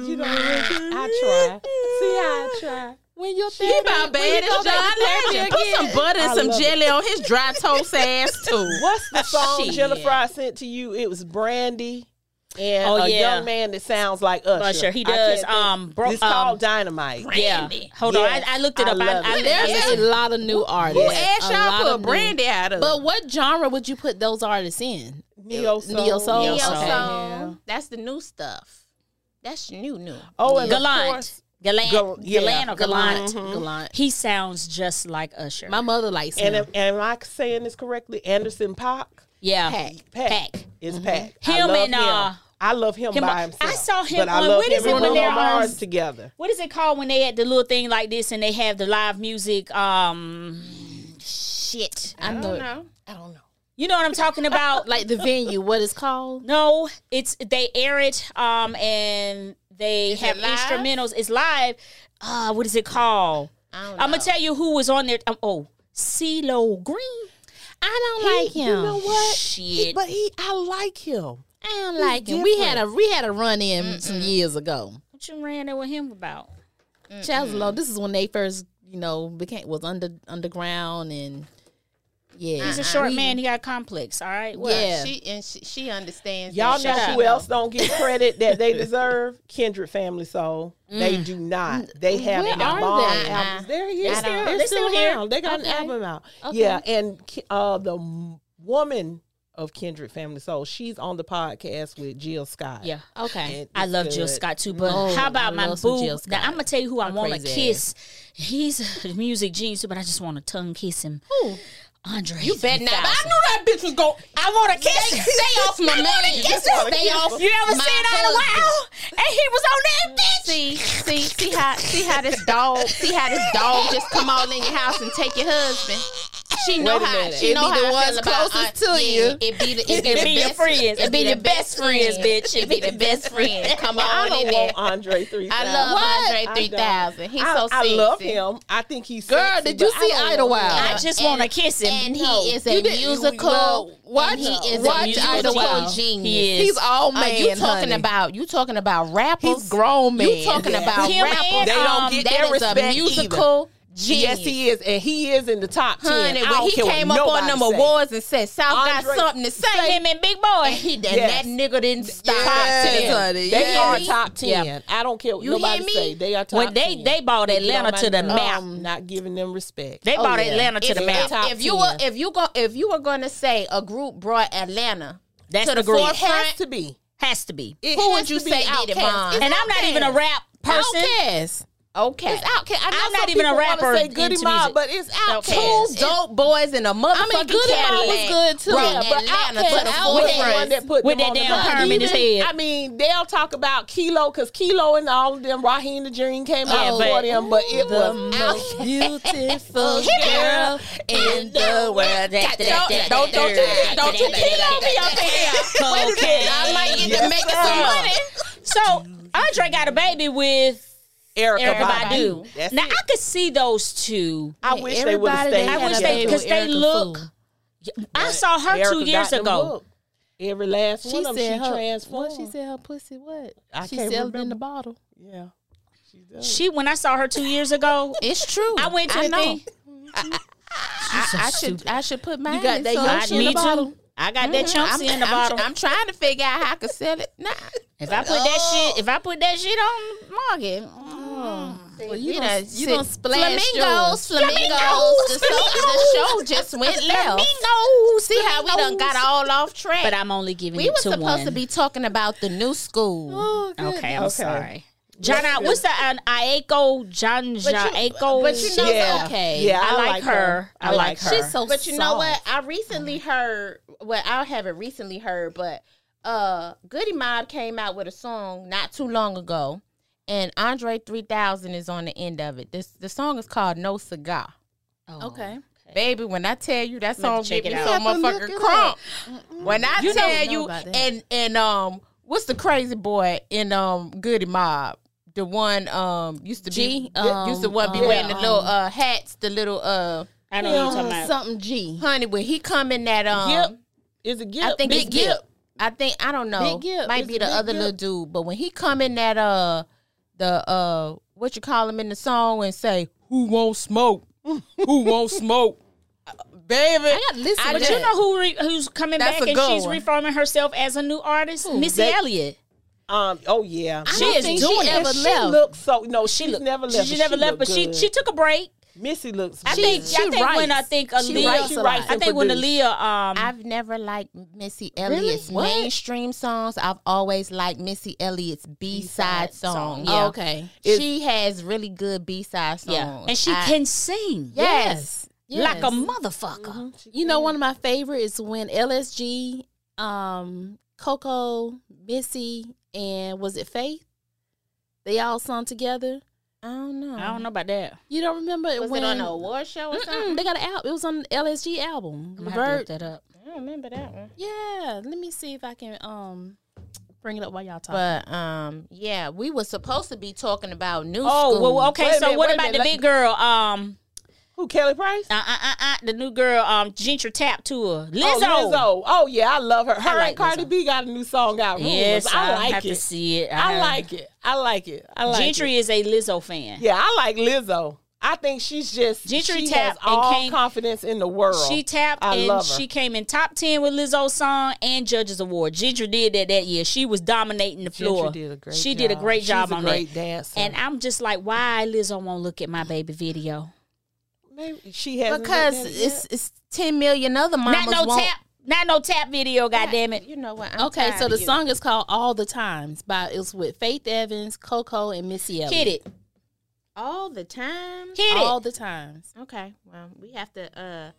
You know what? I try. See how I try. When you're He about bad as John Legend. Put some butter and I some love it. jelly on his dry toast ass too. What's the song Shit. Jennifer I sent to you? It was Brandy and Oh, a yeah. young man that sounds like Usher. Usher, he I can't does, think. um, bro- it's um, called Dynamite. Yeah. Hold on. Yes. I, I looked it I up. I, love I, it. There's yes. a lot of new artists. Who A ass y'all lot put of new- Brandy out of? But what genre would you put those artists in? Neo Soul. Neo Soul. Neo Okay. Soul. Yeah. That's the new stuff. That's new, new. Oh, and Of Gallant. course, Gallant. Gal- yeah, Gallant or Gallant. Gallant. Gallant. He sounds just like Usher. My mother likes him. and am, am I saying this correctly? Anderson Pac. yeah. Pack. Pack. Pac. Is Pac. I Mm-hmm. Him love and, uh, him. I love him, him- by himself. I saw him But I on- love what is him it and when Bruno they're on- Mars together. What is it called when they had the little thing like this and they have the live music? Um, shit. I know. it. I don't know. You know what I'm talking about? like, Like the venue, what it's called? no, it's they air it. Um, and they have it live? instrumentals. It's live. Uh, what is it called? I don't know. I'm gonna tell you who was on there. Um, oh, CeeLo Green. I don't like him. You know what? Shit. But he, I like him. I don't like him. We had a we had a run in some years ago. What you ran there with him about? Chaz Low, this is when they first, you know, became was under underground and yeah. He's a short man. He got a complex. All right. What? Yeah. She and she, she understands. Y'all that. know She who else don't get credit that they deserve? Kindred Family Soul. They do not. They have Where an are bomb they? albums. They're here. I don't- They're, still, they they're still still here? around. They got Okay. an album out. Okay. Yeah, and Ki- uh, the m- woman of Kindred Family Soul, she's on the podcast with Jill Scott. Yeah. Okay. And I it's love Jill good. Scott too, but No, how about I my love some boo? Jill Now Scott. I'm gonna tell you who I want to crazy kiss. He's a music genius, too, but I just want to tongue kiss him. Who? Andre. You Bet not. I knew that bitch was going. I want to kiss. Stay, him. stay off my man. Stay off. You ever my seen out of husband. wow? And he was on that bitch. See, see, see how see how this dog see how this dog just come all in your house and take your husband. She know Wait a how. minute. She It know be the how I ones feel about closest aunt- to yeah, you. It be the it be, It the be your best friends. It be your best friends, bitch. It be the best friend. Come I on in don't there. want Andre three. I love I Andre three thousand. He's I, so I sexy. love him. I think he's Girl, sexy, did you but I see don't Idlewild? I just want to kiss him. And No, he is you a didn't- you- well, musical. watch- and he is watch a musical Idlewild. genius. He is. He's all Uh, man. you talking honey. about you talking about rappers? He's grown man. You talking about Him rappers? and, They um, don't get That their is a respect either. musical genius. Yes, he is, and he is in the top ten. Honey, I when don't he care what came up on nobody them say. awards and said South Andre- got something to say, him and Big Boy. and, he, and Yes. that nigga didn't stop. Yes, Top honey. They yes. are top ten. I don't care what You nobody hear me? say. They are top when they 10. they bought Get on Atlanta my to the nerves. map. Um, not giving them respect. They bought yeah. Atlanta to If, the map. if, if you were if you go if you were gonna say a group brought Atlanta That's to the the group. It has forefront, to be. Has to be. It who has would you to be say did it, Outkast. Mom? And I'm not even a rap person. Outcast. Okay. It's Outcast. I know I'm some not even a people wanna rapper say Goody into music. Mob, but it's out. Two dope boys in a motherfucking I mean, Goody Mob was Cadillac. good too. Bro, Yeah, but Atlanta to Outkast- the Outkast- With that forefront. one that put With them that on damn the map. perm in his Even- head. I mean, they'll talk about Kilo because Kilo and all of them, Raheem the Dream came Yeah, out for but- them, but it was out. beautiful girl in the world. Don't- don't- don't you- don't you kill me up in here. Wait a minute, I might get to making some money. So Andre got a baby with Erica, Erica Badu. Badu. That's Now it. I could see those two. I wish they would have stayed. I with wish them. they because they look. I saw her Erica two got years them ago. hooked. Every last She one of said them, she her- transformed. What she said her pussy what? I she can't selling in remember. the bottle. Yeah. She does. She when I saw her two years ago, It's true. I went to the thing. I should I should put mine. got in that some- Yoshi I, in the me bottle. too. I got that I'm, chumpsy in the I'm- bottle. I'm trying to figure out how I could sell it. Nah. if I put that shit, if I put that shit on the market, Well, you gonna- done- you gonna splash flamingos, flamingos. The, show, the show just went left. flamingos. See how we done got all off track. but I'm only giving we it were to supposed one. to be talking about the new school. okay, I'm sorry. John, I- what's the uh, Aiko? John, John Aiko. but you know, Yeah. okay. Yeah, I, like, her. I like her. She's so But you know what? I recently heard well, I haven't recently heard, but uh Goody Mob came out with a song not too long ago. And Andre 3000 is on the end of it. This the song is called No Cigar. okay. Baby, when I tell you that me song check give it me out. so motherfucking crump. When I You know- tell know you about that. and and um what's the crazy boy in um Goody Mob? The one um used to G, be used to what be um, wearing the yeah, little um, uh hats, the little uh I know what you're talking about. something G. honey when he come in that um Gip. Is it Gip? I think Big it's Gip. I think I don't know. Big Gip. Might It's be the Big other Gip. little dude, but when he come in that uh the uh what you call him in the song and say who won't smoke, who won't smoke, baby. I gotta listen. but to you that. know who re, who's coming That's back a and good she's one. reforming herself as a new artist, Missy That- Elliott. Um. Oh yeah. She is think doing she it. ever she left. looks so no. She's look- never She, left. she but never she left, look but she good. she took a break. Missy looks. I she- think she I think when I writes. think She Aaliyah, writes she a lot. writes I and think when produce. Aaliyah, um, I've never liked Missy Elliott's mainstream songs. I've always liked Missy Elliott's B side songs. yeah. Okay. She has really good B side songs. yeah, and she I- can sing Yes. like a Yes. motherfucker. You know, one of my favorite is when LSG, um, Coco, Missy, and was it Faith? They all sung together. I don't know. I don't know about that. You don't remember Was when it on an award show or something? Mm-mm, they got an album. It was on the LSG album. I'm gonna The have to look Bird. that up. I don't remember that one. Yeah. Let me see if I can um bring it up while y'all talk. But um, yeah, we were supposed to be talking about new Oh school. well, okay. Wait a so minute, what wait a about the minute, big girl? Um, Who Kelly Price? uh, uh, uh, uh, the new girl, um, Ginger Tap Tour, Lizzo. Oh, Lizzo. Oh yeah, I love her. Her like and Cardi Lizzo. B got a new song out. Rumors. Yes, I I'll have like to it. see it. I have- like it. I like it. I like Gentry it. is a Lizzo fan. Yeah, I like Lizzo. I think she's just Gentry she Tap and has all came- confidence in the world. She tapped I and love her. she came in top ten with Lizzo's song and Judges Award. Ginger did that that year. She was dominating the floor. did a great she did a job. great She's job a on that. great dancer. And I'm just like, why Lizzo won't look at my baby video? Maybe she has because it's it's ten million other mamas not no won't. tap, not no tap video. goddammit. damn it! You know what? I'm Okay, tired so of the you. song is called All the Times by it's with Faith Evans, Coco, and Missy Elliott. Hit it, all the time. hit All it. the times. Okay, well, we have to. uh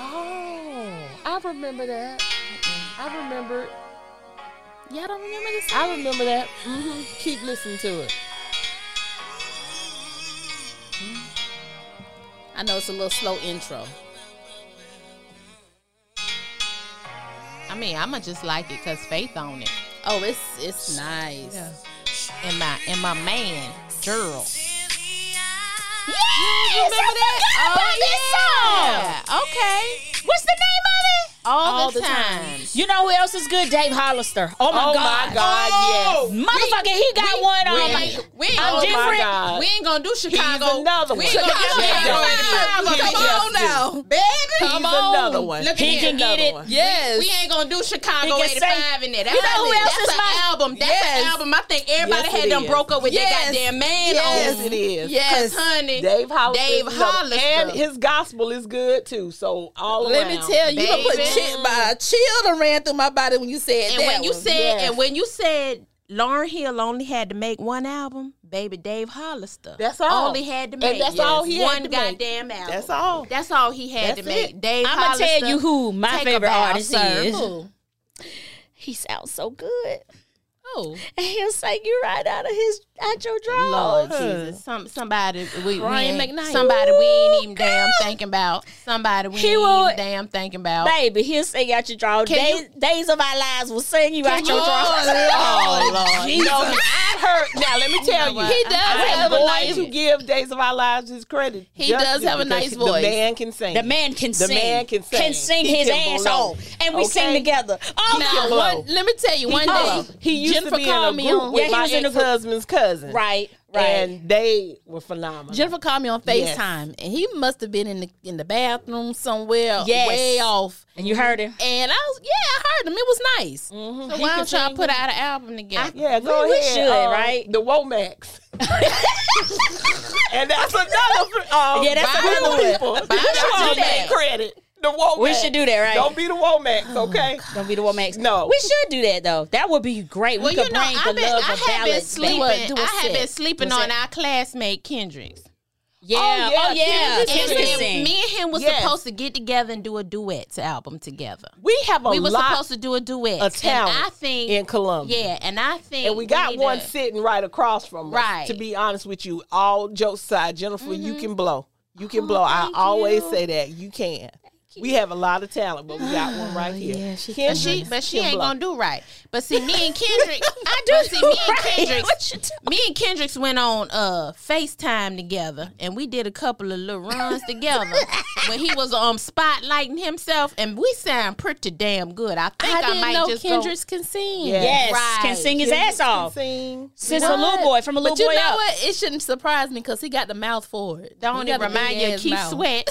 Oh, I remember that. I remember. it. Y'all don't remember this? I remember that. Mm-hmm. hmm Keep listening to it. I know it's a little slow intro. I mean, I'ma just like it cause Faith on it. Oh, it's it's nice. And my and my man, Gerald. Yes, I Oh, forgot about this song. Okay. What's the name of it? All, All the, the time. You know who else is good? Dave Hollister. Oh my Oh god. Oh, my God, yes. Motherfucker, he got one on we- like we ain't I'm gonna- Oh my different. God. We ain't gonna do Chicago. He's another We one. ain't gonna do Chicago. Chicago. Come on now, baby. Come He's on. another one. Look at He can him. get it. Yes. Yes. We ain't gonna do Chicago He can 85 say- in there. That's, You know who not it. else That's is an my- album. That's Yes. an album. I think everybody Yes, had it them is. broke up with Yes. their goddamn man Yes. on. Yes, it is. Yes. 'Cause, honey. Dave Hollister. Dave is another- Hollister. And his gospel is good too. So all Let around. me tell you, you gonna put Baby. chill, my chill done ran through my body when you said and that. when you one. said Yes. and when you said Lauren Hill only had to make one album, baby Dave Hollister. That's all. Only had to And make that's all he had one to make. goddamn album. That's all. That's all he had That's to make. it. Dave I'ma Hollister. tell you who my take a favorite bow, artist sir. is. Who? He sounds so good. Who? And he'll say you right out of his out your drawers. Lord Jesus, some somebody we, we Brian ain't, McKnight. somebody we ain't even damn thinking about. Somebody we He ain't will- even damn thinking about. Baby, he'll sing out your drawers. Can Days, days of our lives will sing you out your drawers. Oh Lord, No, I've heard. Now let me tell you, He does have a I'm nice. going to give Days of Our Lives his credit. He just does have a because nice The voice. man can sing. The man can The sing. man can sing. He his can ass blow. off. And we sing Okay? together. Oh Now, my blow. one, let me tell you, one Oh, day he used Jennifer to be in a called me group on. with Yeah, he my was in a group. ex-husband's cousin. Right, right. And they were phenomenal. Jennifer called me on Yes. FaceTime, and he must have been in the in the bathroom somewhere, Yes. way off. And you heard him. And I was, yeah, I heard him. It was nice. So why don't y'all put out an album together? Yeah, go we ahead. should, uh, right? The Womax. and that's another. Um, Yeah, that's group another of one. people. Buy That's the all Womax. they credit. The Womax. We should do that, right? Oh, Don't be the Womax, okay? Don't be the one Max. No. we should do that though. That would be great. Well, we you could know, bring I've the been, love I of have been ballads sleeping. back. I have been sleeping Do a on set. our classmate Kendricks. Yeah. Oh, yeah, Oh yeah. Kendrick And Kendrick Kendrick then can sing. me and him was Yes. supposed to get together and do a duets album together. We have a we were lot supposed to do a duet. of talent and I think in Columbia. Yeah, and I think and we got need one to- sitting right across from us. Right. To be honest with you, all jokes aside, Jennifer, you Mm-hmm. can blow. You Oh, can blow. I always say that you can. We have a lot of talent, but we got one Oh, right here. Yeah, she But she, but she ain't gonna do right. Mm-hmm. But see, me and Kendrick, I but see, me and Kendrick. Kendrick, me and Kendrick's went on uh FaceTime together, and we did a couple of little runs together. when he was um spotlighting himself, and we sound pretty damn good. I think I, I, didn't might know just go- Kendrick can sing. Yeah. Yes, Right. can sing his ass off. Sing. Since a little boy, from a little But you boy know up. what? It shouldn't surprise me because he got the mouth for it. Don't He it got the remind big you of ass Keith mouth. Sweat?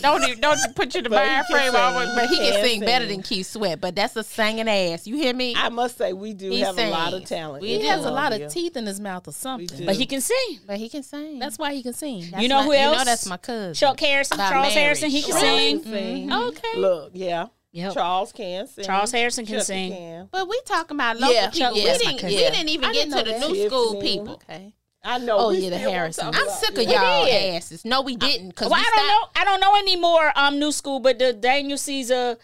don't e- even, don't you put you in the But he mind can frame. I sing. was- But he can Can sing better sing. than Keith Sweat. But that's a singing ass. You hear me? I must say we do He have a lot of sings. talent. He in has a lot Columbia. of teeth in his mouth or do. something. But he can sing. but he can sing. That's why he can sing. That's You know my- who You else? know that's my cousin. Chuck Harrison, By Charles marriage. Harrison, he can Really? sing. Sing. Okay. Look, yeah. Yep. Charles can sing. Charles Harrison can Chucky sing. can. But we talking about local Yeah, people. yeah, we, that's my didn't, we cousin. didn't even I get didn't to the know that. new school Tiffany. people. Okay. I know. Oh, we yeah, the still wanna talk Harrisons. I'm about- sick of yeah. y'all did. asses. No, we didn't. Because Well, I don't know. I don't know anymore. Um, new school, but the Daniel Caesar,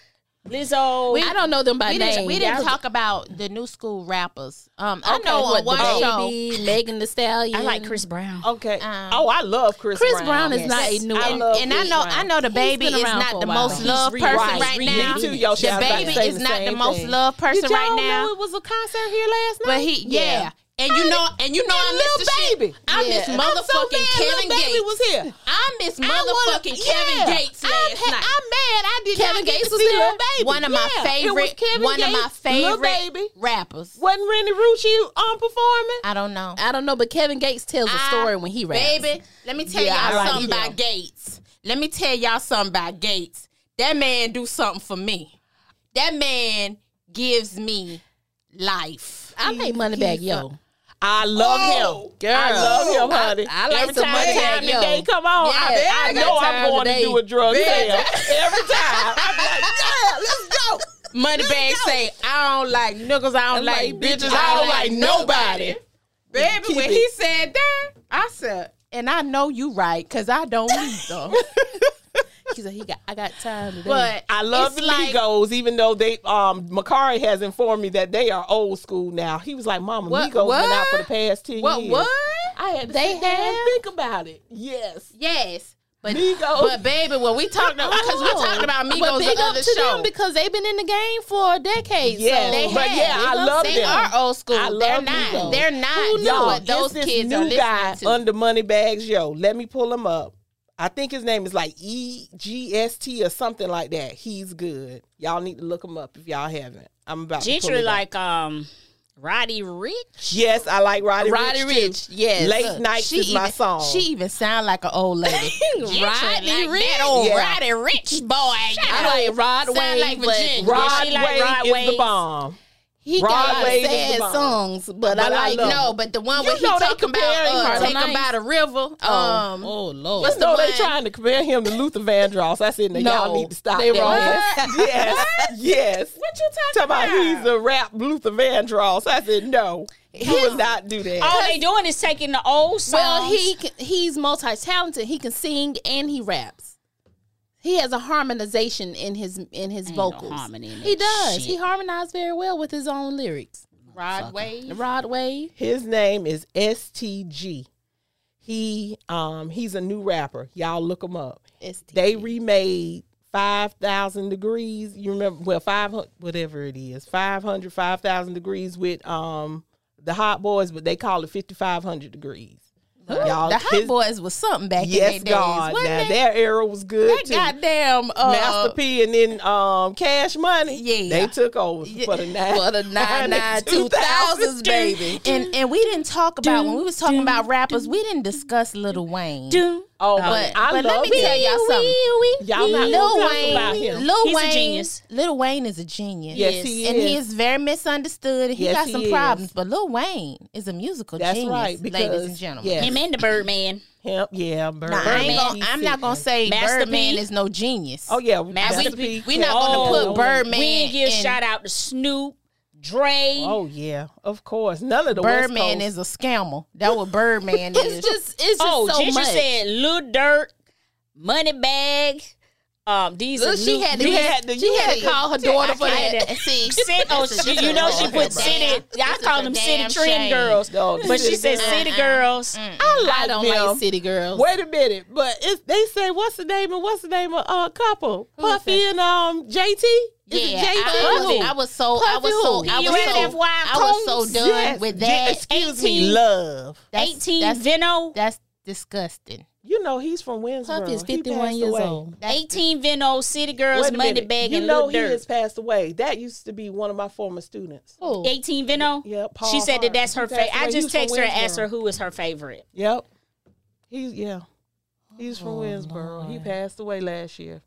Lizzo. I don't know them by We name. didn't, we didn't talk about the new school rappers. Um, I know on what one the show. baby, Megan the Stallion. I like Chris Brown. Okay. Um, oh, I love Chris. Chris Brown is Yes. not a new I one. love And I Chris know, Brown. I know the baby been is around for not a the while. most He's loved person Right, right now. Me too, yo. The baby is not the most loved person Did y'all right Know now. it was a concert here last night. But he, yeah. And you know, and you know, I Lil miss the shit. Baby. I Yeah. miss I'm I'm so motherfucking mad Kevin Lil Baby Gates. was here. I miss motherfucking wanna- Kevin yeah. Gates last I'm, ha- night. I'm mad. I did Kevin not get Gates to was see there? Lil Baby. One of my Yeah, favorite- It was Kevin one of my Gates, Lil favorite- Baby. rappers. Wasn't Randy Rucci um performing? I don't know. I don't know, but Kevin Gates tells a I- story when he raps. Baby, let me tell Yeah, y'all I like something him. about Gates. Let me tell y'all something about Gates. That man do something for me. That man gives me life. I like Moneybag Yo. I love him. I love him, honey. I like Every some time, Money time Bag Yo. the day come on, Yeah, I, I I got know time I'm going today. to do a drug Big sale every time. I'm like, Ah, yeah, let's go. Moneybag say, I don't like niggas, I don't like, bitches, I don't like nobody. Baby, when he said that, I said, and I know you right, cause I don't either. He's like, he got, I got time today. but I love it's the like, Migos, even though they um Makari has informed me that they are old school now. He was like, "Mama, What- Migos been out what? for the past ten What years." what? I had to They sit down and have? think about it. Yes, Yes. But, Migos. but baby, when we talked about because we talking about Migos Oh, But big the up other to show. them because they've been in the game for decades. Yeah, so they but have. yeah, I love they them. are old school. I They're love not. Migos. They're not. Y'all, Who knew what it? those It's this kids new are listening guy to. under money bags, yo. Let me pull him up. I think his name is like E G S T or something like that. He's good. Y'all need to look him up if y'all haven't. I'm about to pull Gentry it up. like um Roddy Rich. yes, I like Roddy, Roddy Rich. Rich, too. yes. Late Look, Nights she is my even- song. She even sound like an old lady. Gentry Rodney like Rich. That Oh, old Yeah. Roddy Rich boy. I like Rod Sound Wave, like but Virginia. Yeah, Rod she like Wave Rod is Wave. the bomb. He Rod got a lot Wade of is the sad bomb. songs, but, But I I like love no. him. But the one You where he know they talk comparing about uh, Carter take Knight. him by the river. Um, oh lord. What's the No, one? they trying to compare him to Luther Vandross. That's in there. y'all No, need to stop. they that. wrong. Yes, yes, yes. What you Talking about he's a rap Luther Vandross. I said no. He would not do that. All they doing is taking the old songs. Well, he can, he's multi talented. He can sing and he raps. He has a harmonization in his in his Ain't no vocals. harmony in he that does. shit. He harmonized very well with his own lyrics. Rod Wave. Rod Wave. His name is STG. He um he's a new rapper. Y'all look him up. They remade 5000 degrees. You remember well 500 whatever it is. 500 5000 degrees with um the Hot Boys, but they call it 5500 degrees. Y'all the hot his- boys was something back Yes, in that God. days. Now, their era was good that too. goddamn uh, Master P and then um, Cash Money. Yeah. They took over for the nine, for the nine nine two 2000s, thousands, baby. And and we didn't talk about when we was talking about rappers, we didn't discuss Lil Wayne. Oh, But, I but love let me him. tell y'all something. Y'all not Lil gonna talk Wayne- about him. Lil He's a Wayne, genius. Lil Wayne is a genius. Yes, he and is. he is very misunderstood. He Yes, got he some is. problems, but Lil Wayne is a musical That's genius, right, ladies because- and gentlemen. yes. him and the Birdman. Him, yeah, Bird. Now, I ain't gonna, Birdman, I'm he's not gonna sitting. say Master Birdman P. is no genius. Oh yeah, Master Master P. P. We're not gonna Oh, put Birdman. we didn't give in- shout out to Snoop, Dre. Oh yeah, of course. None of the West Birdman is Coast- a scammer. That what Birdman is. It's just it's just Oh, so Ginger much. said Lil Dirt, Money Bag. Um, these Look, are she new- had to You these- had to, she you had to call her daughter for that. See, Sit, oh, This is- she, this you is know a she damn put shame. city. I This call is a them damn city trend shame. girls, No, but this she is said a- city girls. Oh, I like I don't them. like city girls. Wait a minute, but it's, they say what's the name of what's the name of uh couple Puffy and um JT. Is Yeah, it JT? I, Who? was, I was so I Puffy was so who? I You was ready so to fly I was cones? so done Yes, with J- that. excuse me, 18. love. That's- 18 that's- Vino. That's disgusting. You know he's from Winsboro. Puff is He 51 passed years away. old. 18 Vino, City Girls, Wait a Money minute. Bag, you and know Lil he has Dirt. passed away. That used to be one of my former students. Who? 18 Vino. Yep, Paul she said that Hart. that's He her passed favorite. I away. just He was text from her and asked Winsboro. her who was her favorite. Yep. He's yeah. He's from Winsboro. He passed away last year.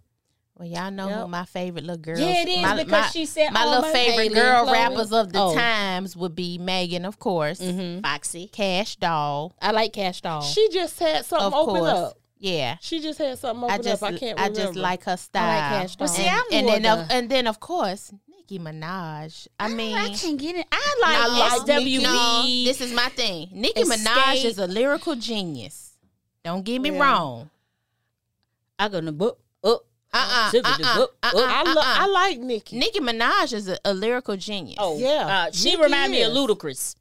Well, y'all know Yep. who my favorite little girl. Yeah, it is because she said my all little my favorite Haley girl and Chloe. rappers of the Oh. times would be Megan, of course, Foxy. Cash Doll. I like Cash Doll. She just had something Oh. Of open course. up. Yeah, She just had something open I just up. I can't remember. just like her I style. like Cash Doll. Well, see, I'm and more then of, the- and then of course Nicki Minaj. I mean, I can't get it. I I like E. like E. SWV. No, this is my thing. Nicki Minaj Escape. is a lyrical genius. Don't get me Yeah. wrong. I gonna book up. Uh uh-uh, Zip it, uh uh whoop, uh whoop. I, lo- I like Nicki. Nicki Minaj is a, a lyrical genius. Oh Yeah, uh, she Nicki reminds me of is. Ludacris.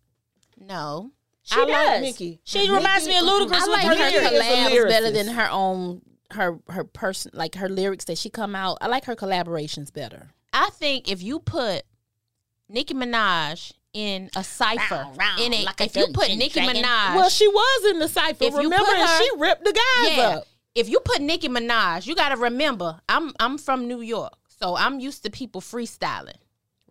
no, She I does. like Nicki. She reminds me of Ludacris I with like her, lyrics. her lyrics. collabs better lyricist. than her own her her person like her lyrics that she come out. I like her collaborations better. I think if you put Nicki Minaj in a cipher, Round, round, in it, like a if you put dungeon Nicki dragon. Minaj, Well, she was in the cipher. If you remember, put and her- she ripped the guys yeah, up. if you put Nicki Minaj, you got to remember, I'm I'm from New York, so I'm used to people freestyling and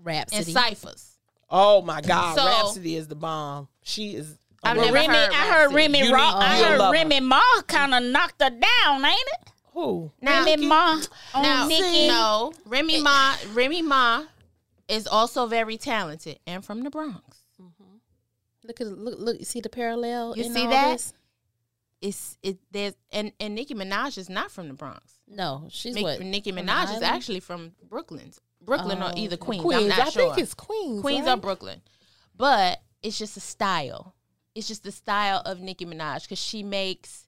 Rhapsody. ciphers. Oh my God, So- Rhapsody is the bomb. She is. I've Well, never Remy, heard I heard Rhapsody. Remy You Ra- need- I you heard love Remy Ma kind of knocked her down, ain't it? who? Now, Remy Ma on now, Nicki. no, Remy Ma, Remy Ma is also very talented and from the Bronx. Look at look look. You see the parallel? You in see all that? this? It's it there's and and Nicki Minaj is not from the Bronx. No, she's Nick- what Nicki from Minaj is Ireland? actually from Brooklyn, Brooklyn or Oh, either okay. Queens. Queens. I'm not I sure. think it's Queens. Queens right? or Brooklyn, but it's just a style. It's just the style of Nicki Minaj because she makes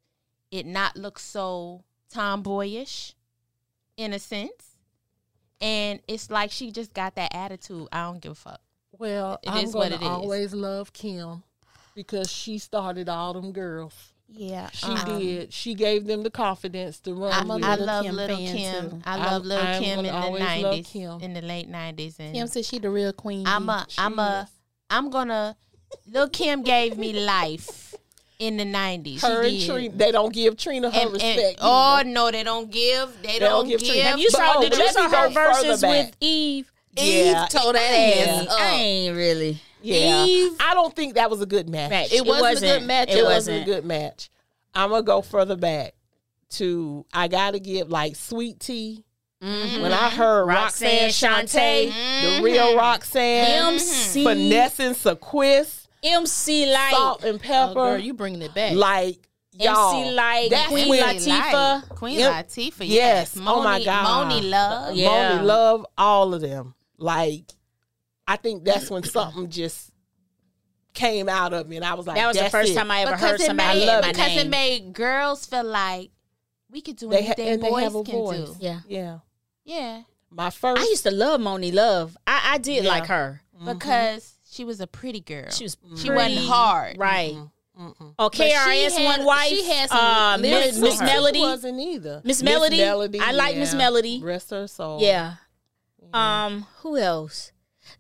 it not look so tomboyish, in a sense, and it's like she just got that attitude. I don't give a fuck. Well, It I'm is what going it to is. always love Kim because she started all them girls. Yeah. She um, did. She gave them the confidence to run I, with. I love Kim Little fan, Kim. too. I I- love Little I Kim will in the always love nineties, Kim. in the late nineties, and Kim said she the real queen. I'm a, I'm a, I'm gonna. Little Kim gave me life in the nineties. her and Trina. They don't give Trina her And- and- respect. oh either. no, they don't give. They, don't don't, give give. treat- Have you But- saw? oh, Did you let me saw her go further verses back. with Eve? Eve Yeah, told that ass Yeah, I up. ain't really. yeah. Eve- I don't think that was a good match. Match. It wasn't a good match. It, It wasn't a wasn't. good match. I'm gonna go further back to I gotta give like Sweet Tea. When I heard Roxanne, Mm-hmm. Roxanne Shante, Shante, Mm-hmm. the real Roxanne, MC. Finesse and Sequist, MC Light. Salt and Oh, Pepper, girl, you bringing it back? like y'all, MC Light. that's Queen when Latifah. Queen Yep. Latifah. Yes. Yes. Oh, my God. Moni Love. Yeah. Moni love all of them. Like, I think that's when something just came out of me, and I was like, That was the "That's first it." time I ever Because heard it somebody made- love my because it name. made girls feel like we could do They ha- anything and they boys have a can voice. do. yeah. Yeah, Yeah, my first. I used to love Moni Love. I, I did Yeah. like her. Mm-hmm. because she was a pretty girl. She was She pretty, wasn't hard. Right. Mm-mm. Oh, she KRS had- One Wife. she had some uh, lyrics Miss, to Miss her. She Melody. wasn't either. Miss Melody. I like Miss yeah. Melody. Rest her soul. Yeah. Um, who else?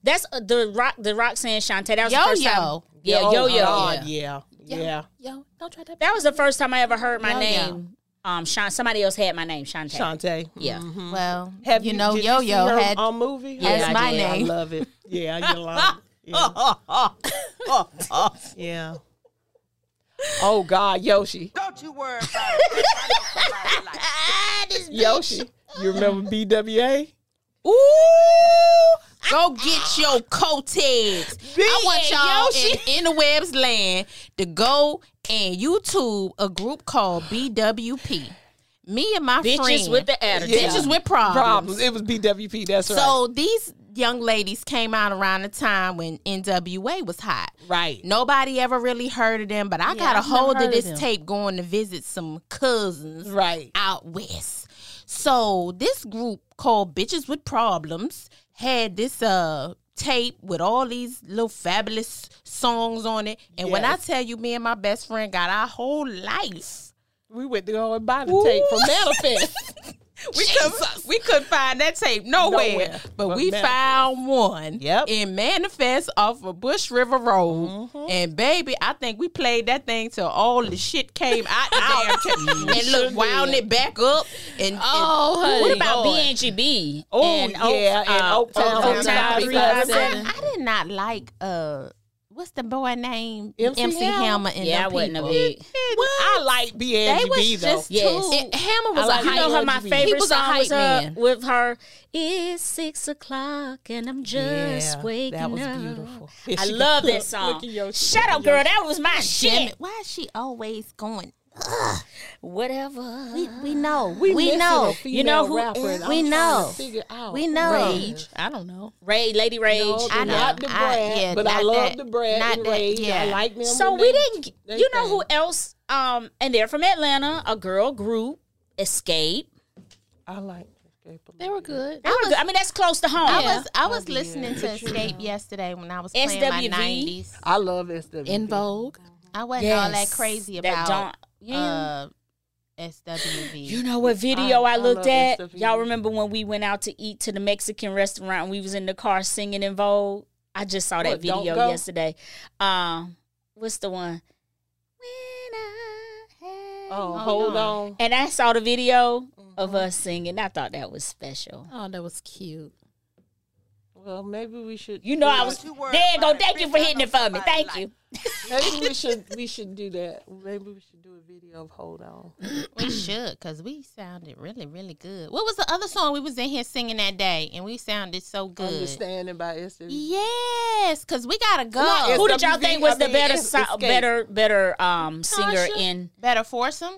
That's uh, the rock. The Roxanne Shante. That was the Yo first time. yo. Yeah, oh, yo yo. God, yeah. yeah, Yo, don't try that. That was the first time I ever heard my Yo-Yo. name. Um, Shan- somebody else had my name, Shante. Shante. Yeah. Mhm. Well, Have you know, did Yo see Yo her had. on movie. Yeah, That's I my did. name. I love it. Yeah, you like. Yeah. yeah. Oh God, Yoshi. Don't you worry about it. I know somebody like Yoshi. You remember BWA? Go get your co-tags. I want y'all in, in the web's land to go and YouTube a group called BWP. Me and my Bitches friend, with the attitude. bitches with problems. Problems. It was BWP. That's So these young ladies came out around the time when NWA was hot. right. Right. Nobody ever really heard of them, but I got a hold of this tape going to visit some cousins Right. out west. So this group called Bitches with Problems had this uh tape with all these little fabulous songs on it. And when I Yes. tell you me and my best friend got our whole life. We went to go and buy the tape from Manifest. We couldn't, we couldn't find that tape nowhere, Nowhere. but But we Manifest. found one Yep. in Manifest off of Bush River Road. And baby, I think we played that thing till all the shit came out the damn tape. and look, wound it back up. And, oh, What about BNGB? Oh And Oak- yeah, and uh, Oaktown Oaktown Oaktown 357. Seven. I, I did not like uh what's the boy name MC Hammer? Hammer and Yeah, I them wasn't a people. big. I like They BNGB was though. just Yes. too. It- Hammer was a you know her, my He favorite was a song hype was uh, man. with her. It's six o'clock and I'm just waking that was up. beautiful. Yeah, I she- love that look- song. look at Yoshi. Shut up, girl. That was my shit. Why is she always going? Whatever. We, we know. We, We, know. you know who rapper, and we I'm trying to know. figure out We know. Rage. I don't know. Rage, Lady Rage. No, I know. not the I- Brad, yeah, but I not love that- the Brad not and that- Rage. I yeah. like them. so when we they- didn't. they You know who sang. else? Um, and they're from Atlanta. A girl group, Escape. I like Escape a They were good. They were good. I mean, that's close to home. I was I was listening to Escape yesterday when I was playing my SWV? nineties. I love SWV. In Vogue. I wasn't all that Yes. crazy that about don't. Yeah. uh, SWV. You know what video I- I, I looked love at? SWV. Y'all remember when we went out to eat to the Mexican restaurant and we was in the car singing in Vogue? I just saw that What, Don't video Go? yesterday. Um, what's the one? When I had Oh, Mm-hmm. you. hold on. And I saw the video of us singing. I thought that was special. Oh, that was cute. Well, maybe we should. You know I was you worry there. you Go, about it, thank you bitch. for I hitting know it for me. somebody Thank like you. Maybe we should. We should do that. Maybe we should do a video of Hold On. We should, cause we sounded really, really good. What was the other song we was in here singing that day, and we sounded so good. Understanding by SWV. Yes, cause we gotta go. Who did y'all SWV, think was I the mean, better, es- so- Escape. better, better um, singer Tasha? in? Better foursome.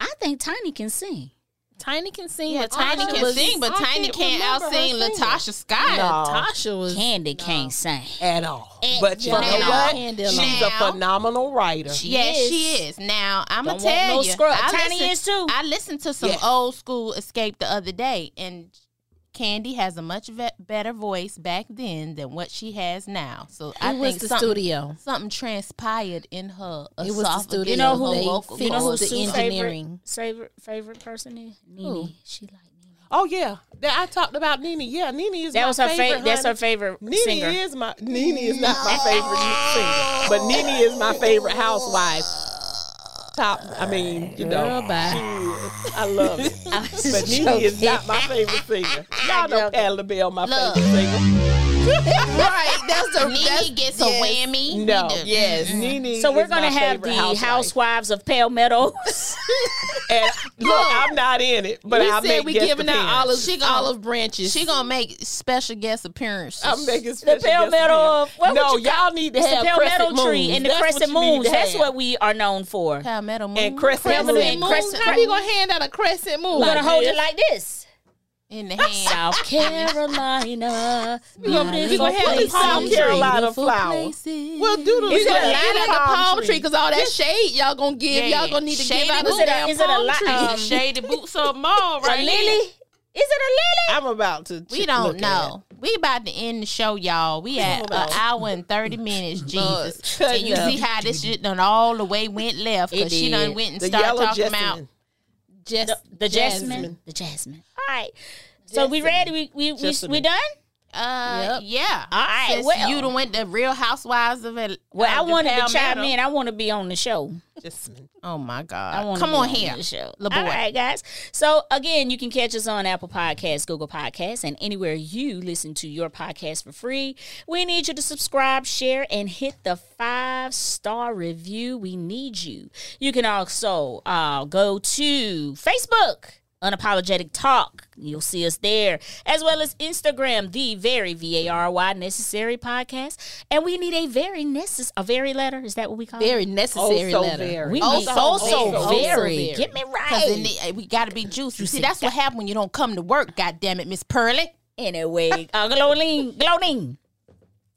I think Tiny can sing. Tiny can sing, but Tiny Tiny can was- sing, but I Tiny can't can't out remember her sing singing. Latasha Scott. Tasha was Candy can't sing. at all. At but you know all. what? Candy She's a alone. phenomenal writer. Yes, is. she is. Now I'm gonna Don't want tell no you, scrub. I Tiny listened, is too. I listened to some Yes. old school Escape the other day, and Candy has a much ve- better voice back then than what she has now. So I It think was the something, studio. something transpired in her. It was the esophagus, studio. her know who they vocal fixed cords. the Sue's engineering. Favorite, favorite favorite person is Nene. She like Nene. Oh yeah, that I talked about Nene. Yeah, Nene is That my was her favorite. favorite. That's her honey. favorite Nene singer. is my Nene is not my favorite singer, but Nene is my favorite housewife. Top, I mean, you know, Girl, bye. she- I love it. But Nene is not my favorite singer. Y'all know Patti LaBelle, my favorite singer. right, that's the Nene gets a whammy. No, Nene- yes, Nene. So we're is my gonna have favorite the housewife. housewives of Pale Meadows. And look, I'm not in it, but we I said make we guest giving out appearance. olive, olive branches. She gonna make special guest appearances. I'm making the special Pale guest Meadow of appearance. what No, would you y'all need to It's have the palmetto crescent tree moons. and the That's crescent what you need moons. to That's have. what we are known for. Palmetto Moon and crescent, Crescent moons. and Moon, Crescent- how you gonna hand out a crescent moon? We're gonna hold it like this. in the hand. South Carolina. We gonna- we gonna have beautiful this place. palm South Carolina flower. Places. Well, do the It's gonna Yeah, lie do the like a palm palm tree because all that shade y'all gonna give, Yeah. y'all gonna need to Shady give out a Is it damn a, is it a palm li- tree. um, shady boots of mall a lily? Is it I'm about to. We don't know. We about to end the show, y'all. We at an hour and thirty minutes, Jesus. Lord, and you cut see how this shit done all the way went left It because she done did. went and The started yellow talking jessamine. about Just a lily? The jasmine. The jasmine. All right. So we ready? We we we, Jasmine. we done? uh yeah. All right. Since well, you done went the Real Housewives of it. well, I wanted to chime in. I want to be on the show. Jasmine. Oh my I God! wanna Come be on here, the show. LaBoy. All right, guys. So again, you can catch us on Apple Podcasts, Google Podcasts, and anywhere you listen to your podcast for free. We need you to subscribe, share, and hit the five star review. We need you. You can also uh, go to Facebook. Unapologetic Talk. You'll see us there, as well as Instagram, the very V A R Y necessary podcast. And we need a very necessary, a very letter. Is that what we call it? very necessary Also letter. oh very. We Oh, need so also, very. very. Also very. Get me Cause right. it need- we gotta be juicy. See, that's what happened when you don't come to work. God damn it, Miss Pearly. anyway, uh, Glowing, Glowing,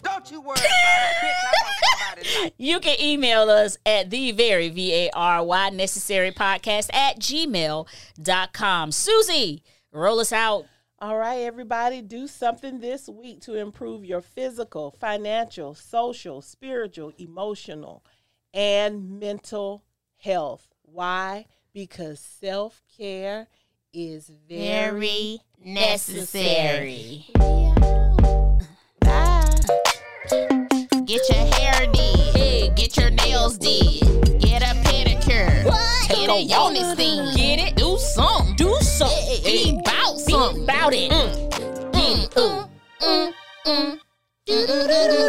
Don't you worry about it, bitch. I want somebody like you can email us at the very V-A-R-Y necessary podcast at gmail.com. Susie, roll us out. All right, everybody, do something this week to improve your physical, financial, social, spiritual, emotional, and mental health. Why? Because self care is very Very Necessary. Get your hair did. Get your nails did. Get a pedicure. Get a unit thing. Get it. Do something. Do something. Be about something. About it. Mm, mm, mm, mm, mm.